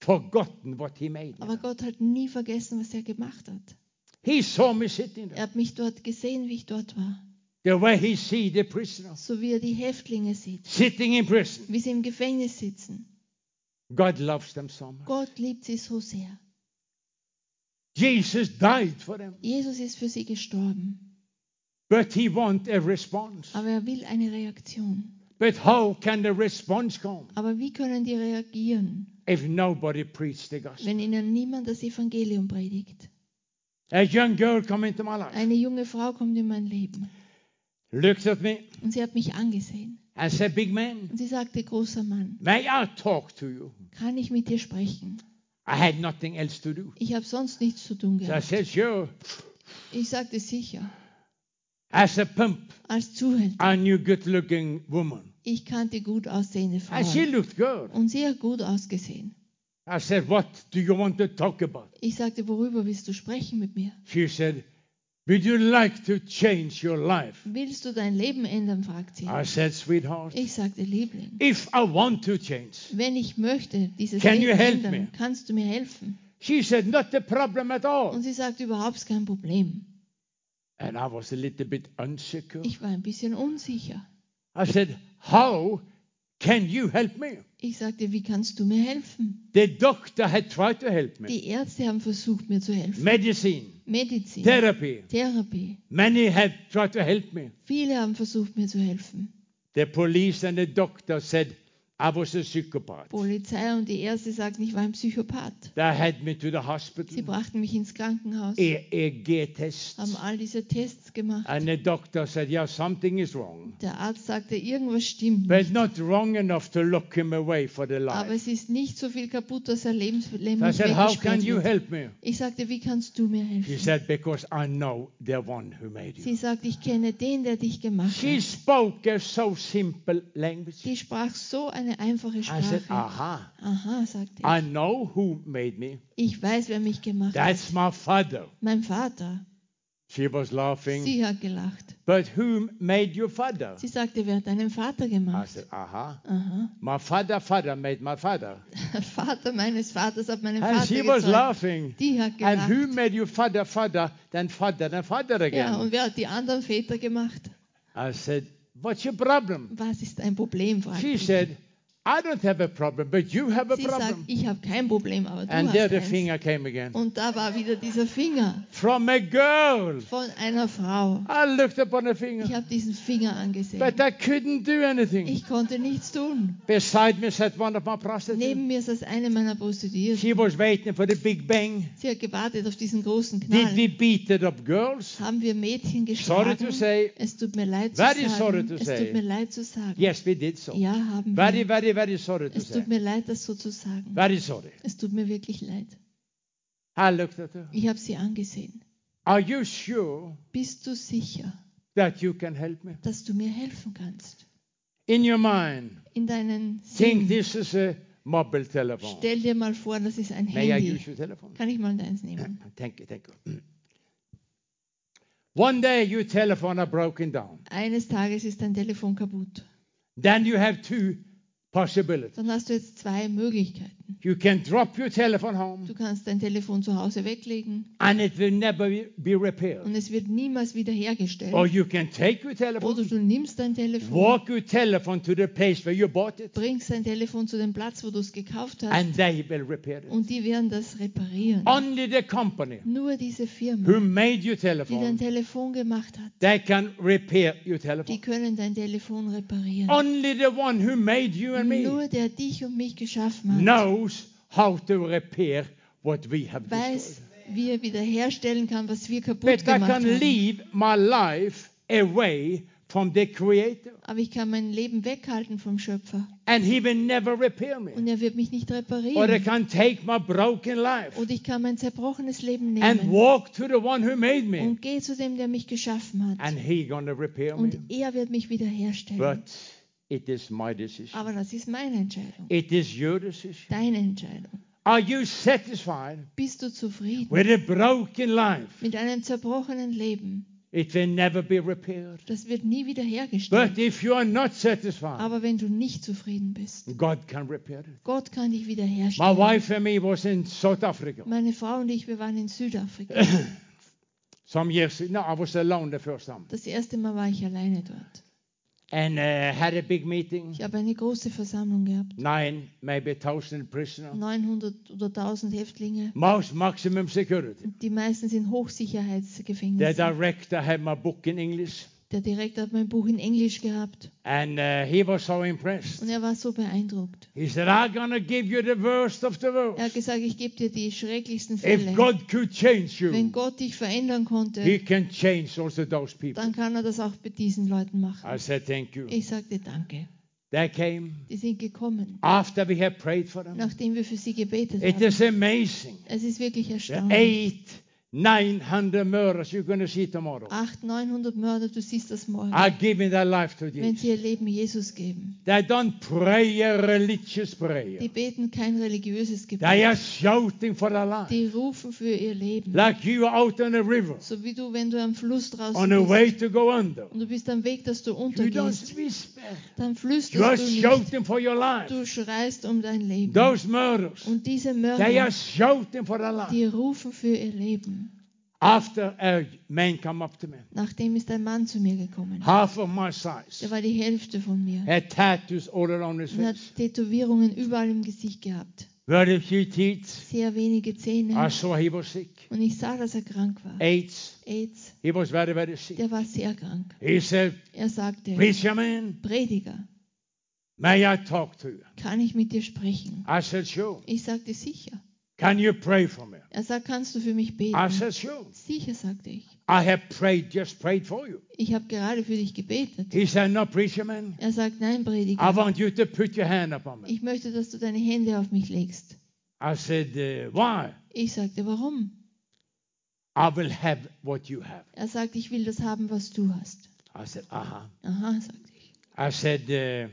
forgotten what He made. me. Aber Gott hat nie vergessen, was er gemacht hat. He saw me sitting Er there, hat mich dort gesehen, wie ich dort war. the way He see the prisoner So wie er die Häftlinge sieht, sitting in prison. wie sie im Gefängnis sitzen. God loves them so much. Gott liebt sie so sehr. Jesus died for them, Jesus ist für sie gestorben. but He want a response. Aber er will eine Reaktion. But how can the response come Aber wie können die reagieren, if nobody preached the gospel? wenn ihnen niemand das Evangelium predigt? A young girl come into my life, Eine junge Frau kommt in mein Leben looked at me und sie hat mich angesehen. and said, "Big man, Und sie sagte, großer Mann, may I talk to you?" kann ich mit dir sprechen? I had nothing else to do, Ich habe sonst nichts zu tun so I gehabt. said, "Sure." Ich sagte sicher, As a pimp, als Zuhälter. I knew good-looking woman, Ich kannte gut aussehende and she Frauen looked good. und sie hat gut ausgesehen. I said, "What do you want to talk about?" Ich sagte, worüber willst du sprechen mit mir? She said, "Would you like to change your life?" Willst du dein Leben ändern? fragt sie. I said, "Sweetheart, Ich sagte, Liebling, if I want to change." wenn ich möchte, dieses Can you Leben help ändern, me? kannst du mir helfen? She said, "Not a problem at all." Und sie sagte, überhaupt kein Problem. And I was a little bit unsecure. Ich war ein bisschen unsicher. I said, How can you help me? Ich sagte, wie kannst du mir helfen? The doctor had tried to help me. Die Ärzte haben versucht, mir zu helfen. Medicine, Medizin, therapy, Therapie. many had tried to help me. Viele haben versucht, mir zu helfen. The police and the doctor said I was a psychopath. Polizei und die Ärzte sagten, ich war ein Psychopath. They had me to the Sie hospital, brachten mich ins Krankenhaus, E- EEG test. haben all diese Tests gemacht. And the doctor said, Yeah, something is wrong. Der Arzt sagte, irgendwas stimmt But nicht. not wrong enough to lock him away for the Aber life. es ist nicht so viel kaputt, dass er Lebens Leben I said, How weggesperrt can you wird. help me? Ich sagte, wie kannst du mir She helfen? said, Because I know the one who made you. Sie sagt, ich kenne den, der dich gemacht She hat. spoke a so simple language. Die sprach so eine einfache I said, "Ah." Sprache. Aha, Aha, sagte I ich. know who made me. Ich weiß, wer mich gemacht That's hat. my father. Mein Vater. She was laughing. Sie hat gelacht. But who made your father? Sie sagte, wer hat deinen Vater I gemacht? said, Aha. Aha. My father, father made my father. Der Vater meines Vaters hat meinen And Vater she was gezeugt. laughing. Die hat And who gelacht. made your father, father, then father, then father Ja, again? und wer hat die anderen Väter gemacht? I said, What's your problem? Was ist dein Problem? fragte She ich. said, I don't have a problem, but you have a Sie sagt, problem. ich habe kein Problem, aber du And there hast the eins. finger came again. Und da war wieder dieser Finger From a girl. von einer Frau. I looked upon the finger, Ich habe diesen Finger angesehen. but I couldn't do anything. Ich konnte nichts tun. Beside me sat one of my prostitutes. Neben mir saß eine meiner Prostituierten. She was waiting for the big bang. Sie hat gewartet auf diesen großen Did we Knall. beat it up, girls? Haben wir Sorry Mädchen geschlagen? to say, Es tut mir leid zu Very sorry sagen. to Es say. tut mir leid zu sagen. yes, we did so. Ja, haben Very, wir. very, very sorry to Es say. tut mir leid, das so zu sagen. Very sorry. Es tut mir wirklich leid. I looked at her. Ich habe sie angesehen. Are you sure Bist du sicher, that you can help me? dass du mir helfen kannst? In your mind, In deinen think Sinn. this is a mobile telephone. Stell dir mal vor, das ist ein May I Handy. use your telephone? Kann ich mal deins nehmen? Thank you, thank you. One day your telephone are broken down. Eines Tages ist dein Telefon kaputt. Then you have two possibilities. Dann hast du jetzt zwei Möglichkeiten. You can drop your telephone home Du kannst dein Telefon zu Hause weglegen and it will never be- be repaired. und es wird niemals wieder hergestellt. Or you can take your Oder telephone, du nimmst dein Telefon, walk your telephone to the place where you bought it, bringst dein Telefon zu dem Platz, wo du es gekauft hast and they will repair it. und die werden das reparieren. Only the company Nur diese Firma, who made your die dein telephone, Telefon gemacht hat, they can repair your die telephone. können dein Telefon reparieren. Only the one who made you and me Nur der dich und mich geschaffen hat, knows how to repair what we have weiß, destroyed. wie er wiederherstellen kann, was wir kaputt But I gemacht can haben. leave my life away from the Creator, Aber ich kann mein Leben weghalten vom Schöpfer and He will never repair me. und er wird mich nicht Or I reparieren. can take my broken life Und ich kann mein zerbrochenes Leben and nehmen walk to the one who made me, und gehe zu dem, der mich geschaffen and hat. He gonna repair me. Und er wird mich wiederherstellen. But it is my decision. Aber das ist meine Entscheidung, It is your decision. deine Entscheidung. Are you satisfied Bist du zufrieden with a broken life? mit einem zerbrochenen Leben? It will never be repaired. Das wird nie wiederhergestellt. But if you are not satisfied, Aber wenn du nicht zufrieden bist, God can repair it. Gott kann dich My wiederherstellen. wife and me was in South Africa Meine Frau und ich, wir waren in Südafrika. some years. No, I was alone the first time, Das erste Mal war ich alleine dort. and uh, had a big meeting. Ich habe eine große Versammlung gehabt. Nine, maybe thousand prisoners, 900 oder 1000 Häftlinge. most maximum security. Die meisten sind The Hochsicherheitsgefängnisse. director had my book in English, Der Direktor hat mein Buch in Englisch gehabt and uh, he was so impressed. und er war so beeindruckt. He said, I'm going to give you the worst of the worst. Er hat gesagt, ich gebe dir die schrecklichsten If Fälle. God could change Wenn you, Gott dich verändern He konnte, can change also those people. dann kann er das auch bei diesen Leuten I machen. said, Thank you. Ich sagte danke. They came Die sind gekommen, after we had prayed for them. nachdem wir für sie gebetet It haben. is amazing. Es ist wirklich The erstaunlich. eight, nine hundred murders you're going to see tomorrow Acht, 900 Mörder, du siehst das morgen, are giving their life to wenn Jesus. sie ihr Leben Jesus geben. They don't pray a religious prayer, Die beten kein religiöses they Gebet. are shouting for their life. Die rufen für ihr Leben. Like you are out on a river, So wie du, wenn du am Fluss draußen on a way bist to go under. und du bist am Weg, dass du You don't untergehst, whisper. dann You are flüsterst du nicht. shouting for your life. Du schreist um dein Leben. Those murders, Und diese they Mörder, are shouting for their life. die rufen für ihr Leben. After a man come up to me, Nachdem ist ein Mann zu mir gekommen. half of my size, Der war die Hälfte von mir. had tattoos all around his Und hat face. Tätowierungen überall im Gesicht gehabt. Very few teeth. Sehr wenige I Zähne. saw he was sick. Und ich sah, dass er krank war. AIDS. AIDS, He was very, very sick. der war sehr krank. He said, Er sagte, Preacher man, Prediger, may I talk to you? kann ich mit dir sprechen? I said, Sure. Ich sagte, sicher. Can you pray for me? Er sagt, kannst du für mich I beten? said, Sure. Sicher, sagte ich. I have prayed, just prayed for you. Ich habe gerade für dich gebetet. He said, No, preacher man. Er sagt, nein, I Prediger, want you to put your hand upon me. ich möchte, dass du deine Hände auf mich legst. I said, uh, Why? Ich sagte, warum? I will have what you have. Er sagt, ich will das haben, was du hast. I said, Uh huh. Aha, sagte ich. I said, uh,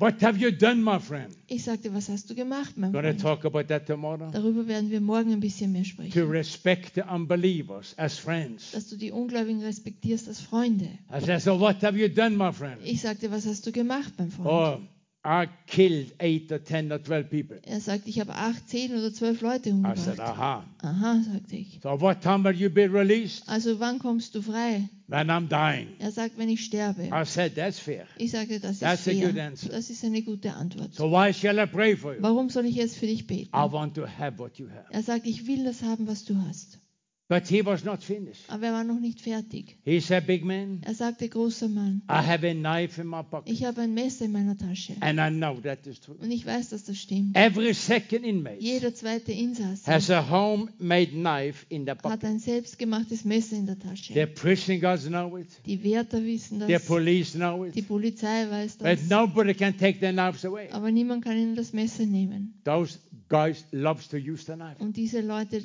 What have you done, my friend? Ich sagte, was hast du gemacht, mein going to Freund? talk about that tomorrow. Darüber werden wir morgen ein bisschen mehr To sprechen. respect the unbelievers as friends. Dass du die Ungläubigen respektierst als Freunde. I said, So what have you done, my friend? Ich sagte, was hast du gemacht, mein Oh, Freund? I killed eight or ten or twelve people. Er sagt, ich habe acht, zehn oder zwölf Leute I said, umgebracht. aha. Aha, sagte ich. So what time will you be released? Also wann kommst du frei? When I'm dying. Er sagt, wenn ich sterbe. I said, that's fair. Ich sagte, das ist Ah. That's a good fair. answer. Das ist eine gute Antwort. So why shall I pray for you? Warum soll ich jetzt für dich beten? I want to have what you have. Er sagt, ich will das haben, was du hast. But he was not finished. Aber er war noch nicht fertig. He's a big man. Er sagte, großer Mann, I have a knife in my pocket. ich habe ein Messer in meiner Tasche. And I know that is true. Und ich weiß, dass das stimmt. Every second inmate Jeder zweite Insasse has a homemade knife in their hat pocket. ein selbstgemachtes Messer in der The Tasche. prison guards know it. Die Wärter wissen The das. police know Die it. Polizei weiß But das. nobody can take their knives away. Aber niemand kann ihnen das Messer nehmen. Those guys loves to use the knife. Und diese Leute,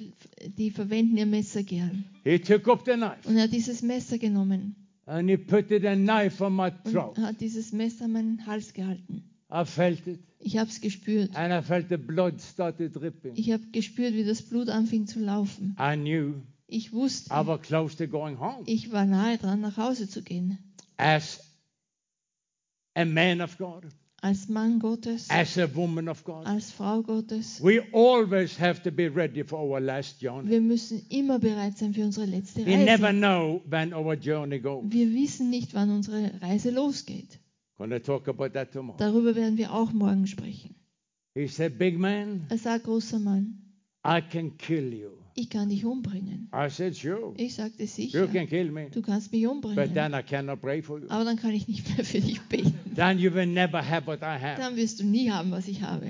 die verwenden ihr Messer gern. He took up the knife Und er hat dieses Messer genommen and he put it a knife on my und throat. hat dieses Messer an meinen Hals gehalten. I felt it Ich habe es gespürt. and I felt the blood started dripping. Ich habe gespürt, wie das Blut anfing zu laufen. I knew Ich I wusste, was close to going home ich war nahe dran, nach Hause zu gehen. as a man of God, Als Mann Gottes, as a woman of God. als Frau Gottes. We always have to be ready for our last journey. Wir müssen immer bereit sein für unsere letzte We never Reise. know when our journey goes. Wir wissen nicht, wann unsere Reise losgeht. Gonna talk about that tomorrow. Darüber werden wir auch morgen sprechen. He said, Big man, Er sagt, großer Mann, I can kill you. ich kann dich umbringen. I said, Sure, Ich sagte you sicher, can kill me. du kannst mich But umbringen. then I cannot pray for you. Aber dann kann ich nicht mehr für dich beten. Then you will never have what I have. Dann wirst du nie haben, was ich habe.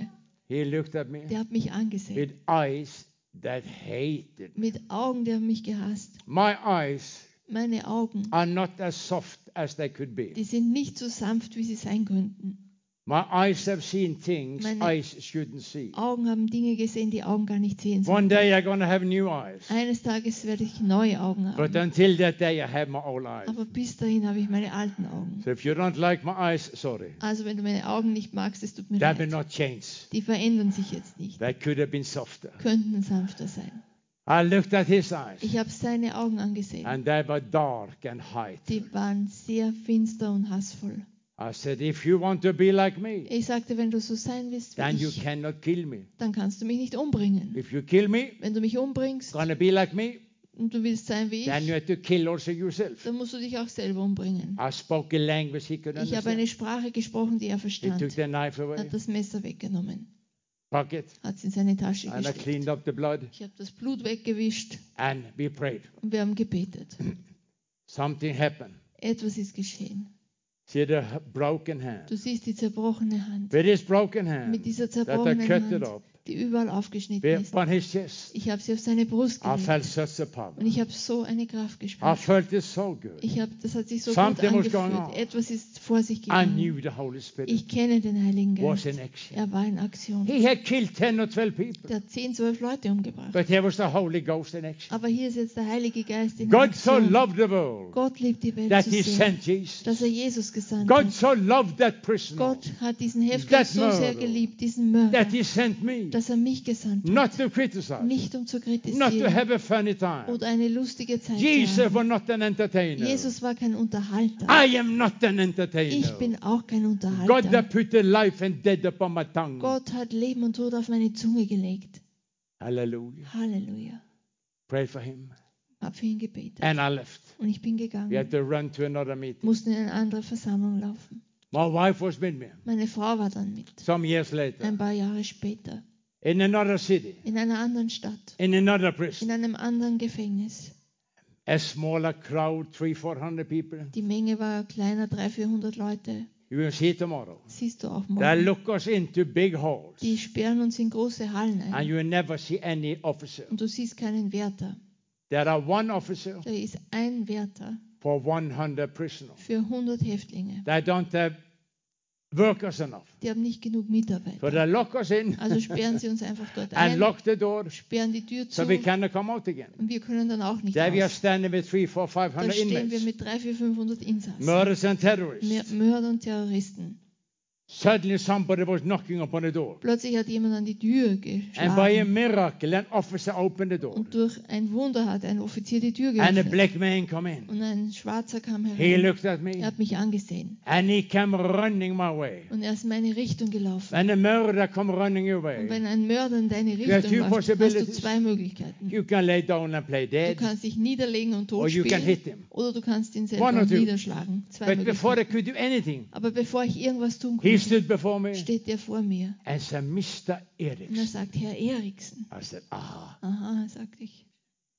He looked at me Der hat mich angesehen. with eyes that hated. Mit Augen, der hat mich gehasst. My eyes Meine Augen, are not as soft as they could die be. sind nicht so sanft, wie sie sein könnten. My eyes have seen things Meine- eyes shouldn't see. Augen haben Dinge gesehen, die Augen gar nicht sehen sollen. One day I'm going to have new eyes. Eines Tages werde ich neue Augen But haben. until that day, I have my old eyes. Aber bis dahin habe ich meine alten Augen. So if you don't like my eyes, sorry. Also wenn du meine Augen nicht magst, es tut mir That will leid. not change. Die verändern sich jetzt nicht, They could have been softer. könnten sanfter sein. I looked at his eyes, Ich habe seine Augen angesehen. and they were dark and high. Die waren sehr finster und hassvoll. I said, If you want to be like me, Ich sagte, wenn du so sein willst then wie you ich, cannot kill me. dann kannst du mich nicht umbringen. If you kill me, Wenn du mich umbringst gonna be like me, und du willst sein wie then you ich, have to kill also yourself. dann musst du dich auch selber umbringen. I spoke a language he could Ich habe eine understand. Sprache gesprochen, die er He took verstand. the knife Er away, hat das Messer weggenommen, pocket, hat es in seine Tasche and I gesteckt. cleaned up the blood, Ich habe das Blut weggewischt and we prayed. und wir haben gebetet. Something happened. Etwas ist geschehen. See the h- broken hand. Du siehst die zerbrochene Hand, With his broken mit hand dieser that I zerbrochenen cut it Hand, up die überall aufgeschnitten ist. upon his chest, Ich habe sie auf seine Brust I felt gelegt such a power. und ich habe so eine Kraft I gespürt. felt it so good. Ich habe, das hat sich so gut Something was going on. angefühlt. Etwas ist vor sich I gegangen. knew the Holy Spirit Ich kenne den Heiligen was Geist. in action. Er war in Aktion. He had killed 10 or 12 people, Der hat 10, 12 Leute umgebracht. but there was the Holy Ghost in action. Aber hier ist jetzt der Heilige Geist in God so Aktion. loved the world Gott liebt die Welt that so he sehr, sent Jesus. dass er Jesus gesandt God hat. so loved that prisoner Gott hat diesen Häftling that so sehr murderer, geliebt, diesen Mörder, that he sent me, dass er mich gesandt hat. not to criticize, Nicht um zu not to kritisieren have a funny time. oder eine lustige Zeit zu Jesus haben. was not an entertainer. er Jesus war kein Unterhalter. I am not an Ich entertainer. bin auch kein God Unterhalter. that put the life and death upon my tongue. Gott hat Leben und Tod auf meine Zunge gelegt. Hallelujah. Halleluja. Pray for him. Hab für ihn gebetet. And I left. Und ich bin We gegangen. had to run to another meeting. Musste in eine andere Versammlung laufen. My wife was with me Meine Frau war dann mit. some years later Ein paar Jahre später. in another city, In einer anderen Stadt. in another In prison. einem anderen Gefängnis. A smaller crowd, three, four hundred people. Die Menge war kleiner, 300, 400 Leute. You will see tomorrow. Siehst du auch They morgen. lock us into big halls, Die sperren uns in große Hallen and ein. you will never see any officer. Und du siehst keinen Wärter. There are one officer Da ist ein Wärter for 100 prisoners. für 100 Häftlinge. They don't have workers enough. Die haben nicht genug So Mitarbeiter. they lock us in Also sperren sie uns einfach dort and ein, lock the door sperren die Tür zu so we und cannot come out again. wir können dann auch nicht There we are raus. standing with three, four, five Da hundred stehen wir inmates, mit 300, 400, 500 Insassen. murderers and Mör- terrorists. Mörder und Terroristen. Suddenly somebody was knocking upon the door. Plötzlich hat jemand an die Tür And by a geschlagen. miracle, an officer opened the door. Und durch ein Wunder hat ein Offizier die Tür And a geöffnet. black man come in. Und ein Schwarzer kam He herein. looked at me. Er hat mich angesehen. And he came running my way. Und er ist in meine Richtung gelaufen. And the murderer come running Und away. wenn ein Mörder in deine are two Richtung läuft, hast du possibilities. zwei Möglichkeiten. You can lay down and play Du dead. kannst dich niederlegen und Or tot you can spielen. hit him. Oder du kannst ihn One or selber two. niederschlagen. Zwei But before I Möglichkeiten. could do anything, Aber bevor ich irgendwas tun he konnte, stood before me steht er vor mir. and said, Mr. Und er Eriksson. sagt, Herr Eriksen. I said, ah, Aha, sagte ich.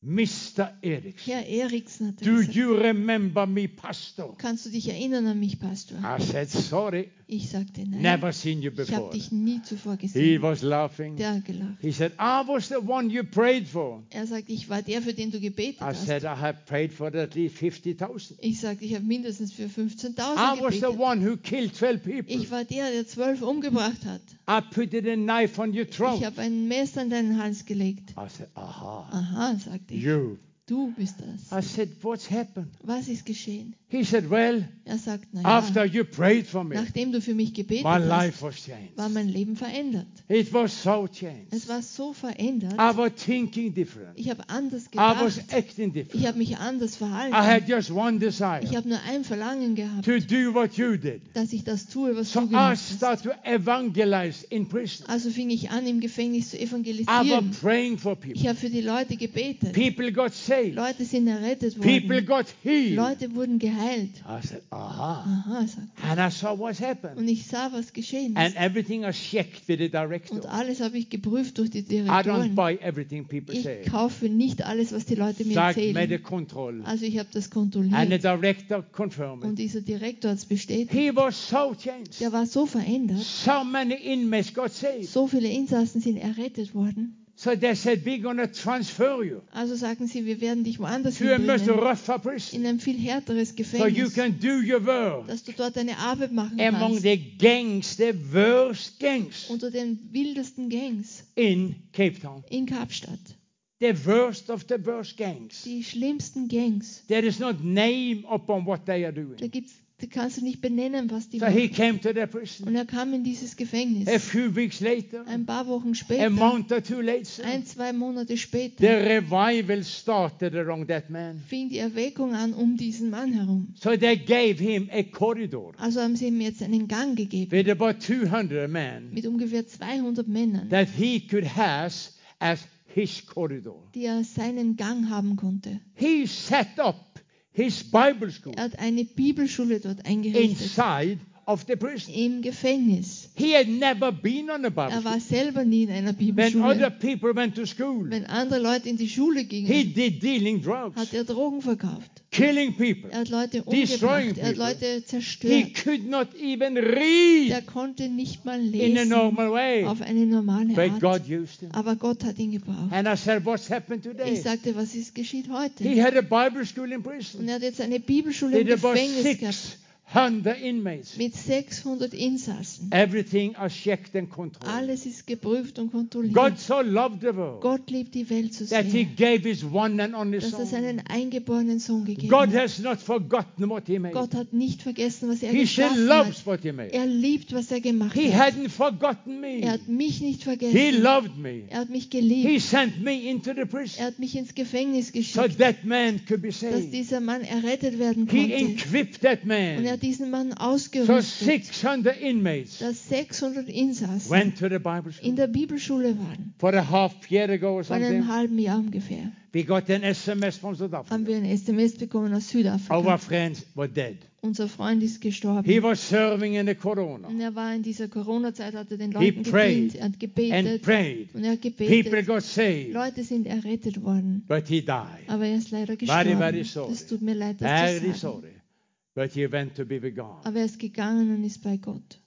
Mr. Eriksson, Herr Eriksen hat er do gesagt. you remember me, Pastor? Kannst du dich erinnern an mich, Pastor? I said, sorry, Ich sagte, nein, Ah. never seen you ich habe before. dich nie zuvor He gesehen. was laughing. Der hat gelacht. He said, I was the one you prayed for. Er sagt, ich war der, für den du gebetet I hast. said, I have prayed for at least 50,000. Ich sagte, ich habe mindestens für I 15.000 was the gebetet. one who killed 12 people. Ich war der, der zwölf umgebracht hat. I put a knife on your throat. Ich habe ein Messer an deinen Hals gelegt. I said, aha, Aha, sagte ich. you. Du bist das. I said, what's happened? Was ist geschehen? He said, well, Er sagt, after naja, you prayed for me, nachdem du für mich gebetet my hast, life was changed. war mein Leben verändert. It was so Es changed. war so verändert. I was thinking different. Ich habe anders I was gedacht. acting Ich habe different. mich anders I had verhalten. just one desire Ich habe nur ein Verlangen gehabt, to do what you did. dass ich das tue, was du So I gemacht hast. started to evangelize in prison. Also fing ich an, im Gefängnis zu I was evangelisieren. praying for people. Ich habe für die Leute gebetet. People got saved. Leute sind errettet People worden. got healed. Leute wurden geheilt. I said, aha. Aha, sagt And I saw what er. happened. Und ich sah, was geschehen And ist. everything I checked with the Und director. alles habe ich geprüft durch die I don't Direktoren. buy everything people Ich say. kaufe nicht alles, was die Leute mir Sag mir die erzählen. Kontrolle. Also ich habe das And the kontrolliert. director confirmed Und it. dieser Direktor hat es bestätigt. He was so changed. Der war so verändert. So many inmates got saved. So viele Insassen sind errettet worden. So they said, we're going to transfer you Also sagen sie, wir werden dich woanders to a much hinbringen. rougher prison In ein viel härteres so you Gefängnis. can do your work Dass du dort deine Arbeit machen among kannst. the gangs, the worst gangs Unter den wildesten Gangs in Cape Town. in Kapstadt. The worst of the worst gangs. Die schlimmsten Gangs. There is not name upon what they are Da, doing. gibt's, da kannst du nicht benennen, was die So he machen. came to the prison. Und er kam in dieses A Gefängnis. few weeks later, Ein paar Wochen a später, month or two later, ein, zwei Monate später, the revival started around that man. fing die Erweckung an um diesen Mann herum. So they gave him a corridor Also haben sie ihm jetzt einen Gang gegeben with about 200 men mit ungefähr 200 Männern, that he could have as his corridor. die er seinen Gang haben konnte. He set up his Bible school Er hat eine Bibelschule dort eingerichtet, inside of the prison. im Gefängnis. He had never been on a Bible Er school. war selber nie in einer When other Bibelschule. people went to school, Wenn andere Leute in die Schule he gingen, did dealing hat drugs, er Drogen verkauft. killing people. Er hat Leute Destroying umgebracht, er hat people. Leute He zerstört. could not even Er read konnte nicht mal in a lesen normal way. auf eine normale But God Art. used him. Aber Gott hat ihn gebraucht. And I said, What's happened Ich today? sagte, was ist geschieht He heute? had a Bible school in Und prison. er hat jetzt eine Bibelschule im It about Gefängnis gehabt 600 inmates. mit 600 Insassen. Everything are checked and controlled. Alles ist geprüft und God kontrolliert. so loved the world Gott liebt die Welt so that He sehr, gave His one and only dass er Son. seinen eingeborenen Sohn gegeben God hat. has not forgotten what He made. Gott hat nicht vergessen, was er He still geschaffen hat. loves what He made. Er liebt, was er gemacht He hat. hadn't forgotten Er me. hat mich nicht He vergessen. loved me. Er hat mich geliebt. He sent me into the prison Er hat mich ins Gefängnis so geschickt, that man could be dass saved. dieser Mann errettet werden He konnte. equipped that Und er man. hat diesen Mann So ausgerüstet, 600 inmates dass 600 Insassen went to the Bible in school. der Bibelschule waren. For a half year ago or Vor einem something, halben Jahr ungefähr we got an SMS from South haben Africa. wir ein SMS bekommen aus Our Südafrika. friends were dead. Unser Freund ist He gestorben. was serving in the Und corona er war in dieser Corona-Zeit, hat er den Leuten prayed gedient, er hat and gebetet prayed. und er hat People gebetet. got saved, Leute sind errettet worden, but he died. aber er ist leider Very, very gestorben. sorry. Das tut mir leid, das Very zu sagen. sorry. But he went to be with God. Aber er ist gegangen und ist bei Gott.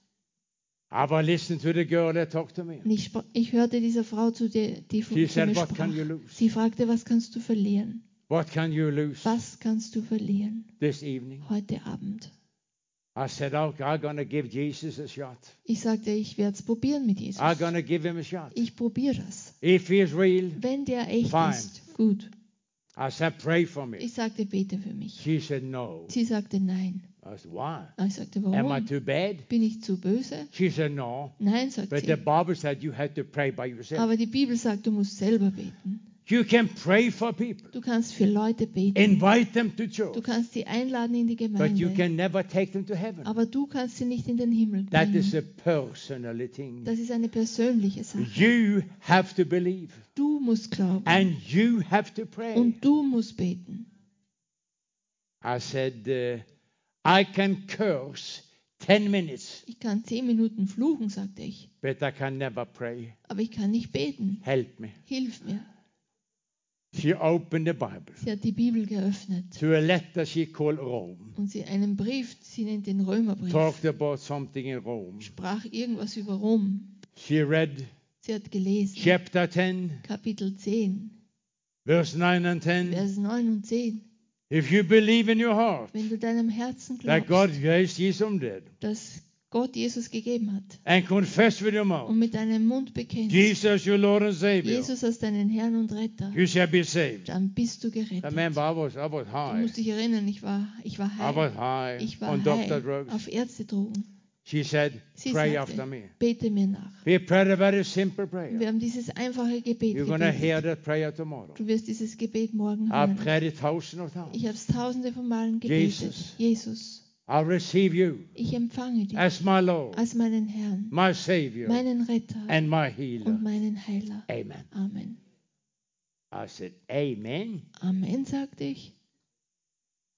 I was listening to the girl that talked to me. Und ich, spr- ich hörte dieser Frau zu, der, die von She zu said, mir What can you sprach. lose? Sie fragte, was kannst du verlieren? What can you lose Was kannst du verlieren this evening? heute Abend? I said, Okay, I'm going to give Jesus a shot. Ich sagte, ich werde es probieren mit Jesus. I'm going to give him a shot. Ich probiere das. If he is real, Wenn der echt Fine. ist, gut. I said, pray for me. Ich sagte, bete für mich. She said, no. Sie sagte nein. I said, why? Ich sagte, Am I warum? too bad? Bin ich zu böse? She said, no. Nein, sagte But the sie. Bible said you had to pray by yourself. Aber die Bibel sagt, du musst selber beten. You can pray for people, Du kannst für Leute beten. invite them to Du church, kannst sie einladen in die but you Gemeinde. can never take them to heaven. Aber du kannst sie nicht in den Himmel That is bringen. a personal thing. Das ist eine persönliche Sache. You have to believe Du musst glauben. and you have to pray. Und du musst beten. I said, uh, I can curse 10 minutes, Ich kann zehn Minuten fluchen, sagte ich. but I can never pray. Aber ich kann nicht beten. Help me. Hilf mir. She opened the Bible Sie hat die Bibel geöffnet to a letter she called Rome. und sie einen Brief, sie nennt den Römerbrief, Talked about something in Rome. sprach irgendwas über Rom. She read Sie hat gelesen. chapter 10, Kapitel 10, verse 9 and 10. Vers 9 und 10. If you believe in your heart Wenn du deinem Herzen that God glaubst, raised Jesus from dead dass Gott Jesus gegeben hat and confess with your mouth und mit deinem Mund bekennst, Jesus your Lord and Savior, Jesus als deinen Herrn und Retter, you shall be saved. dann bist du gerettet. Remember, Du I was I was high. musst dich erinnern, ich war, ich war I was heil. high Ich war on Dr. heil Drugs. auf Ärztedrogen. She said, Sie pray after sagte, me. bete mir nach. We prayed a very simple Und Wir prayer. haben dieses einfache Gebet You're going to hear gebetet. that prayer tomorrow. Du wirst dieses Gebet morgen I hören. prayed it thousands of times. Ich habe es tausende von Malen gebetet. Jesus. Jesus, I receive you ich empfange dich as my Lord, als meinen Herrn, my Savior, meinen Retter and my healer. und meinen Heiler. Amen. Amen. I said, Amen. Amen, sagte ich.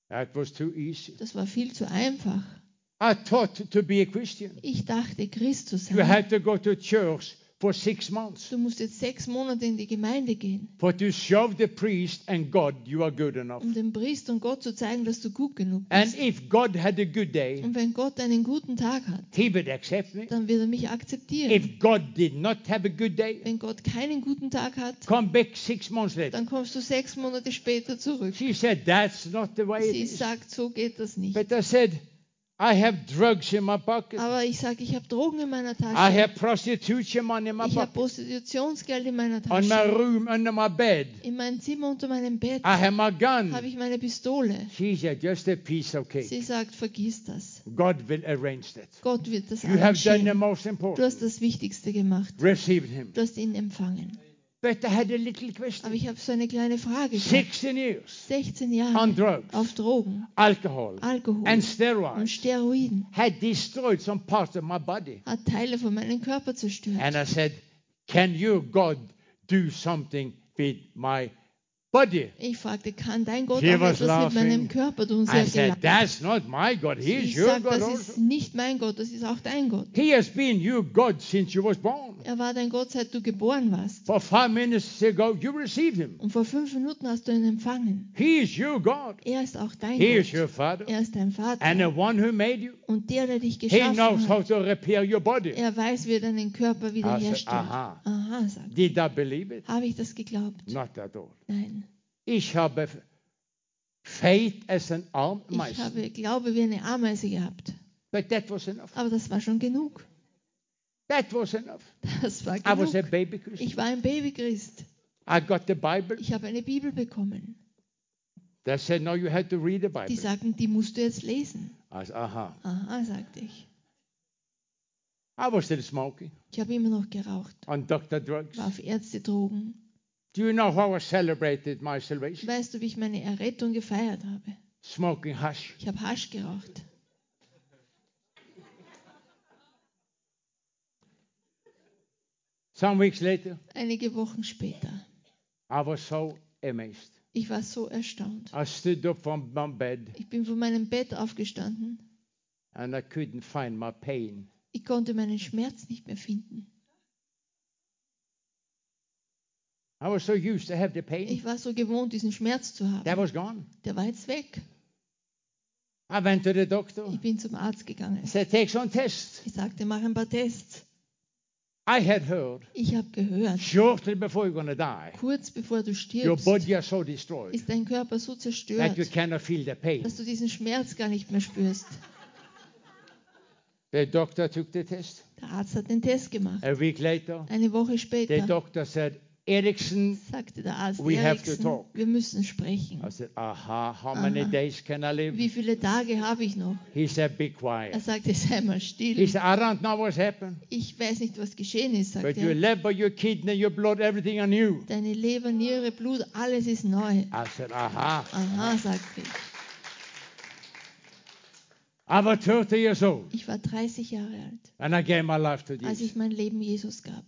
That was too easy. Das war viel zu einfach. I thought to be a Christian. Ich dachte, Christ zu You sein. had to go to church for six months Du musst jetzt sechs Monate in die Gemeinde gehen, for to show the priest and God you are good enough. um dem Priester und Gott zu zeigen, dass du gut genug And bist. if God had a good day, Und wenn Gott einen guten Tag hat, He would accept me. dann wird er mich akzeptieren. If God did not have a good day, Wenn Gott keinen guten Tag hat, come back six months later. dann kommst du sechs Monate später zurück. She said, That's not the way it Sie is. sagt, so geht das nicht. But I said, I have drugs in my pocket. Aber ich sage, ich habe Drogen in meiner Oh, I Tasche. have prostitution money in my Ich habe pocket. Prostitutionsgeld in meiner On my Tasche. room, under my bed. In meinem Zimmer unter meinem Bett I have my habe gun. ich meine Pistole. She said, Just a piece of Sie cake. sagt, vergiss das. God will arrange that. Gott wird das You have done the arrangieren. most Du hast important. das Wichtigste gemacht. Received him. Du hast ihn empfangen. But I had a little Aber question. ich habe so eine kleine Frage. gehabt. 16 years 16 on Jahre drugs, auf Drogen, alcohol, Alkohol and und steroids Steroiden had destroyed some parts of my body. hat Teile von meinem Körper And zerstört. I said, Can your God do something with my body? Ich fragte, kann dein Gott auch He was etwas mit laughing. meinem Körper tun? Sie I hat said, gelacht. uh, That's not my God. He is Ich your sage, God das ist also. nicht mein Gott, das ist auch dein Gott. He has been your God since you was born. Er war dein Gott, seit du geboren warst. For five minutes ago, you received him. Und vor fünf Minuten hast du ihn empfangen. He is your God. Er ist auch dein He is Gott. your Father. Er ist dein Vater. And the one who made you, Und der, der dich he geschaffen knows how hat, to repair your body. er weiß, wie er deinen Körper wiederherstellt. Also, aha. aha sagt. Did I believe it? Habe ich das geglaubt? Not at all. Nein. Ich habe faith as an arm Ich myself. habe Glaube wie eine Ameise gehabt. But that was enough. Aber das war schon genug. That was enough. Das war I was a genug. baby Christian. Ich war ein Babychrist. I got the Bible. Ich habe eine Bibel bekommen. They said, no, you had to read the Bible. Die sagten, die musst du jetzt lesen. I said, aha. Aha, sagte ich. I was still smoking Ich habe immer noch geraucht. on doctor drugs. war auf Ärztedrogen. Do you know how I celebrated my salvation? Weißt du, wie ich meine Errettung gefeiert habe? Smoking hash. Ich habe Hasch geraucht. Some weeks later, Einige Wochen später. I was so amazed. Ich war so erstaunt. I stood up from my bed Ich bin von meinem Bett aufgestanden. and I couldn't find my pain. Ich konnte meinen Schmerz nicht mehr finden. I was so used to have the pain. Ich war so gewohnt, diesen Schmerz zu That haben. was gone. Der war jetzt weg. I went to the doctor. Ich bin zum Arzt I gegangen. said, take some tests. Ich sagte, mach ein paar Tests. I had heard Ich habe gehört, shortly before you're going to die, kurz bevor du your stirbst, body is so destroyed ist dein Körper so that you zerstört, cannot feel the pain. dass du diesen Schmerz gar nicht mehr spürst. The doctor took the test. Der Arzt hat den Test gemacht. A week later, Eine Woche the später doctor said, Erickson, sagte der Arzt We have to Eriksen, talk. Also- wir müssen sprechen. I said, aha, how many Aha. days can I live? Wie viele Tage habe ich noch? He said, be Er quiet. sagte, sei mal He still. said, I don't know what's happened, Ich weiß nicht, was geschehen ist, but sagte your er. liver, your kidney, your blood, everything are new. Deine Leber, Niere, Blut, alles ist neu. I said, aha. Aha, sagte ich. I was 30 years old Ich war 30 Jahre alt, and I gave my life to als Jesus. ich mein Leben Jesus gab.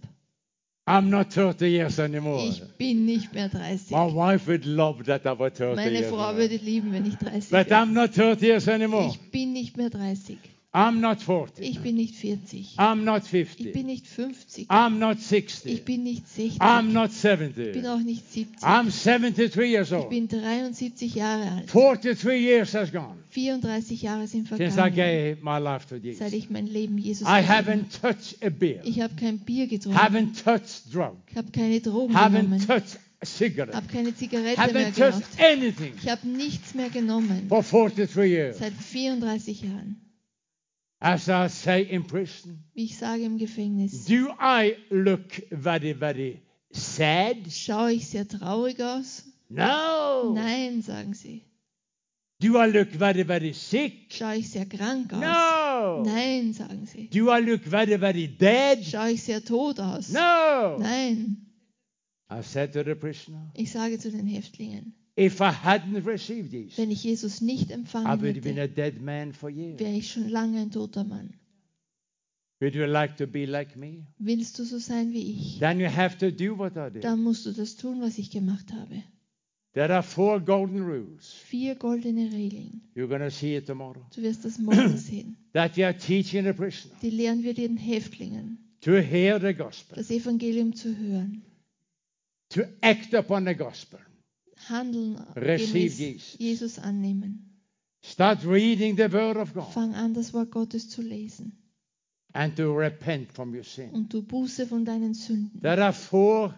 I'm not 30 years anymore. Ich bin nicht mehr 30. My wife would love that I was 30 Meine years Frau old. würde lieben, wenn ich 30 But wäre. I'm not 30 years anymore. Ich bin nicht mehr 30. I'm not 40. Ich bin nicht 40. I'm not Ich 50. bin nicht 50. I'm not Ich 60. bin nicht 60. I'm Ich not 70. bin auch nicht 70. I'm 73 years Ich old. bin 73 Jahre alt. 43 years has gone 34 Jahre sind since I vergangen, gave my life to Oh, seit Jesus. ich mein Leben Jesus I gegeben haven't touched a beer, habe. Ich habe kein Bier getrunken. haven't touched drug, Ich habe keine Drogen haven't genommen. touched a cigarette, habe keine Zigarette mehr haven't touched geraucht. anything Ich habe nichts mehr genommen. for 43 years. Seit 34 Jahren. As I say in prison, Wie ich sage im Gefängnis. do I look very, very sad? Schaue ich sehr traurig aus? No. Nein, sagen sie. Do I look very, very sick? Schaue ich sehr krank aus? No. Nein, sagen sie. Do I look very, very dead? Schaue ich sehr tot aus? No. Nein, I said to the prisoner, ich sage zu den Häftlingen, if I hadn't received this, wenn ich Jesus nicht I empfangen would have been hätte, a dead man for years. wäre ich schon lange ein toter Mann. Would you like to be like me? Willst du so sein wie ich? Then you have to do what I did. Dann musst du das tun, was ich gemacht habe. There are four golden rules. Vier goldene Regeln. You're going to see it tomorrow. Du wirst das morgen sehen. That we are teaching the prisoner Die lehren wir den Häftlingen, to hear the gospel, das Evangelium zu hören, to act upon the gospel. handeln, Receive gemäß Jesus. Jesus annehmen. Start reading the word of God Fang an, das Wort Gottes zu lesen and to repent from your sin. und du Buße von deinen Sünden. There are four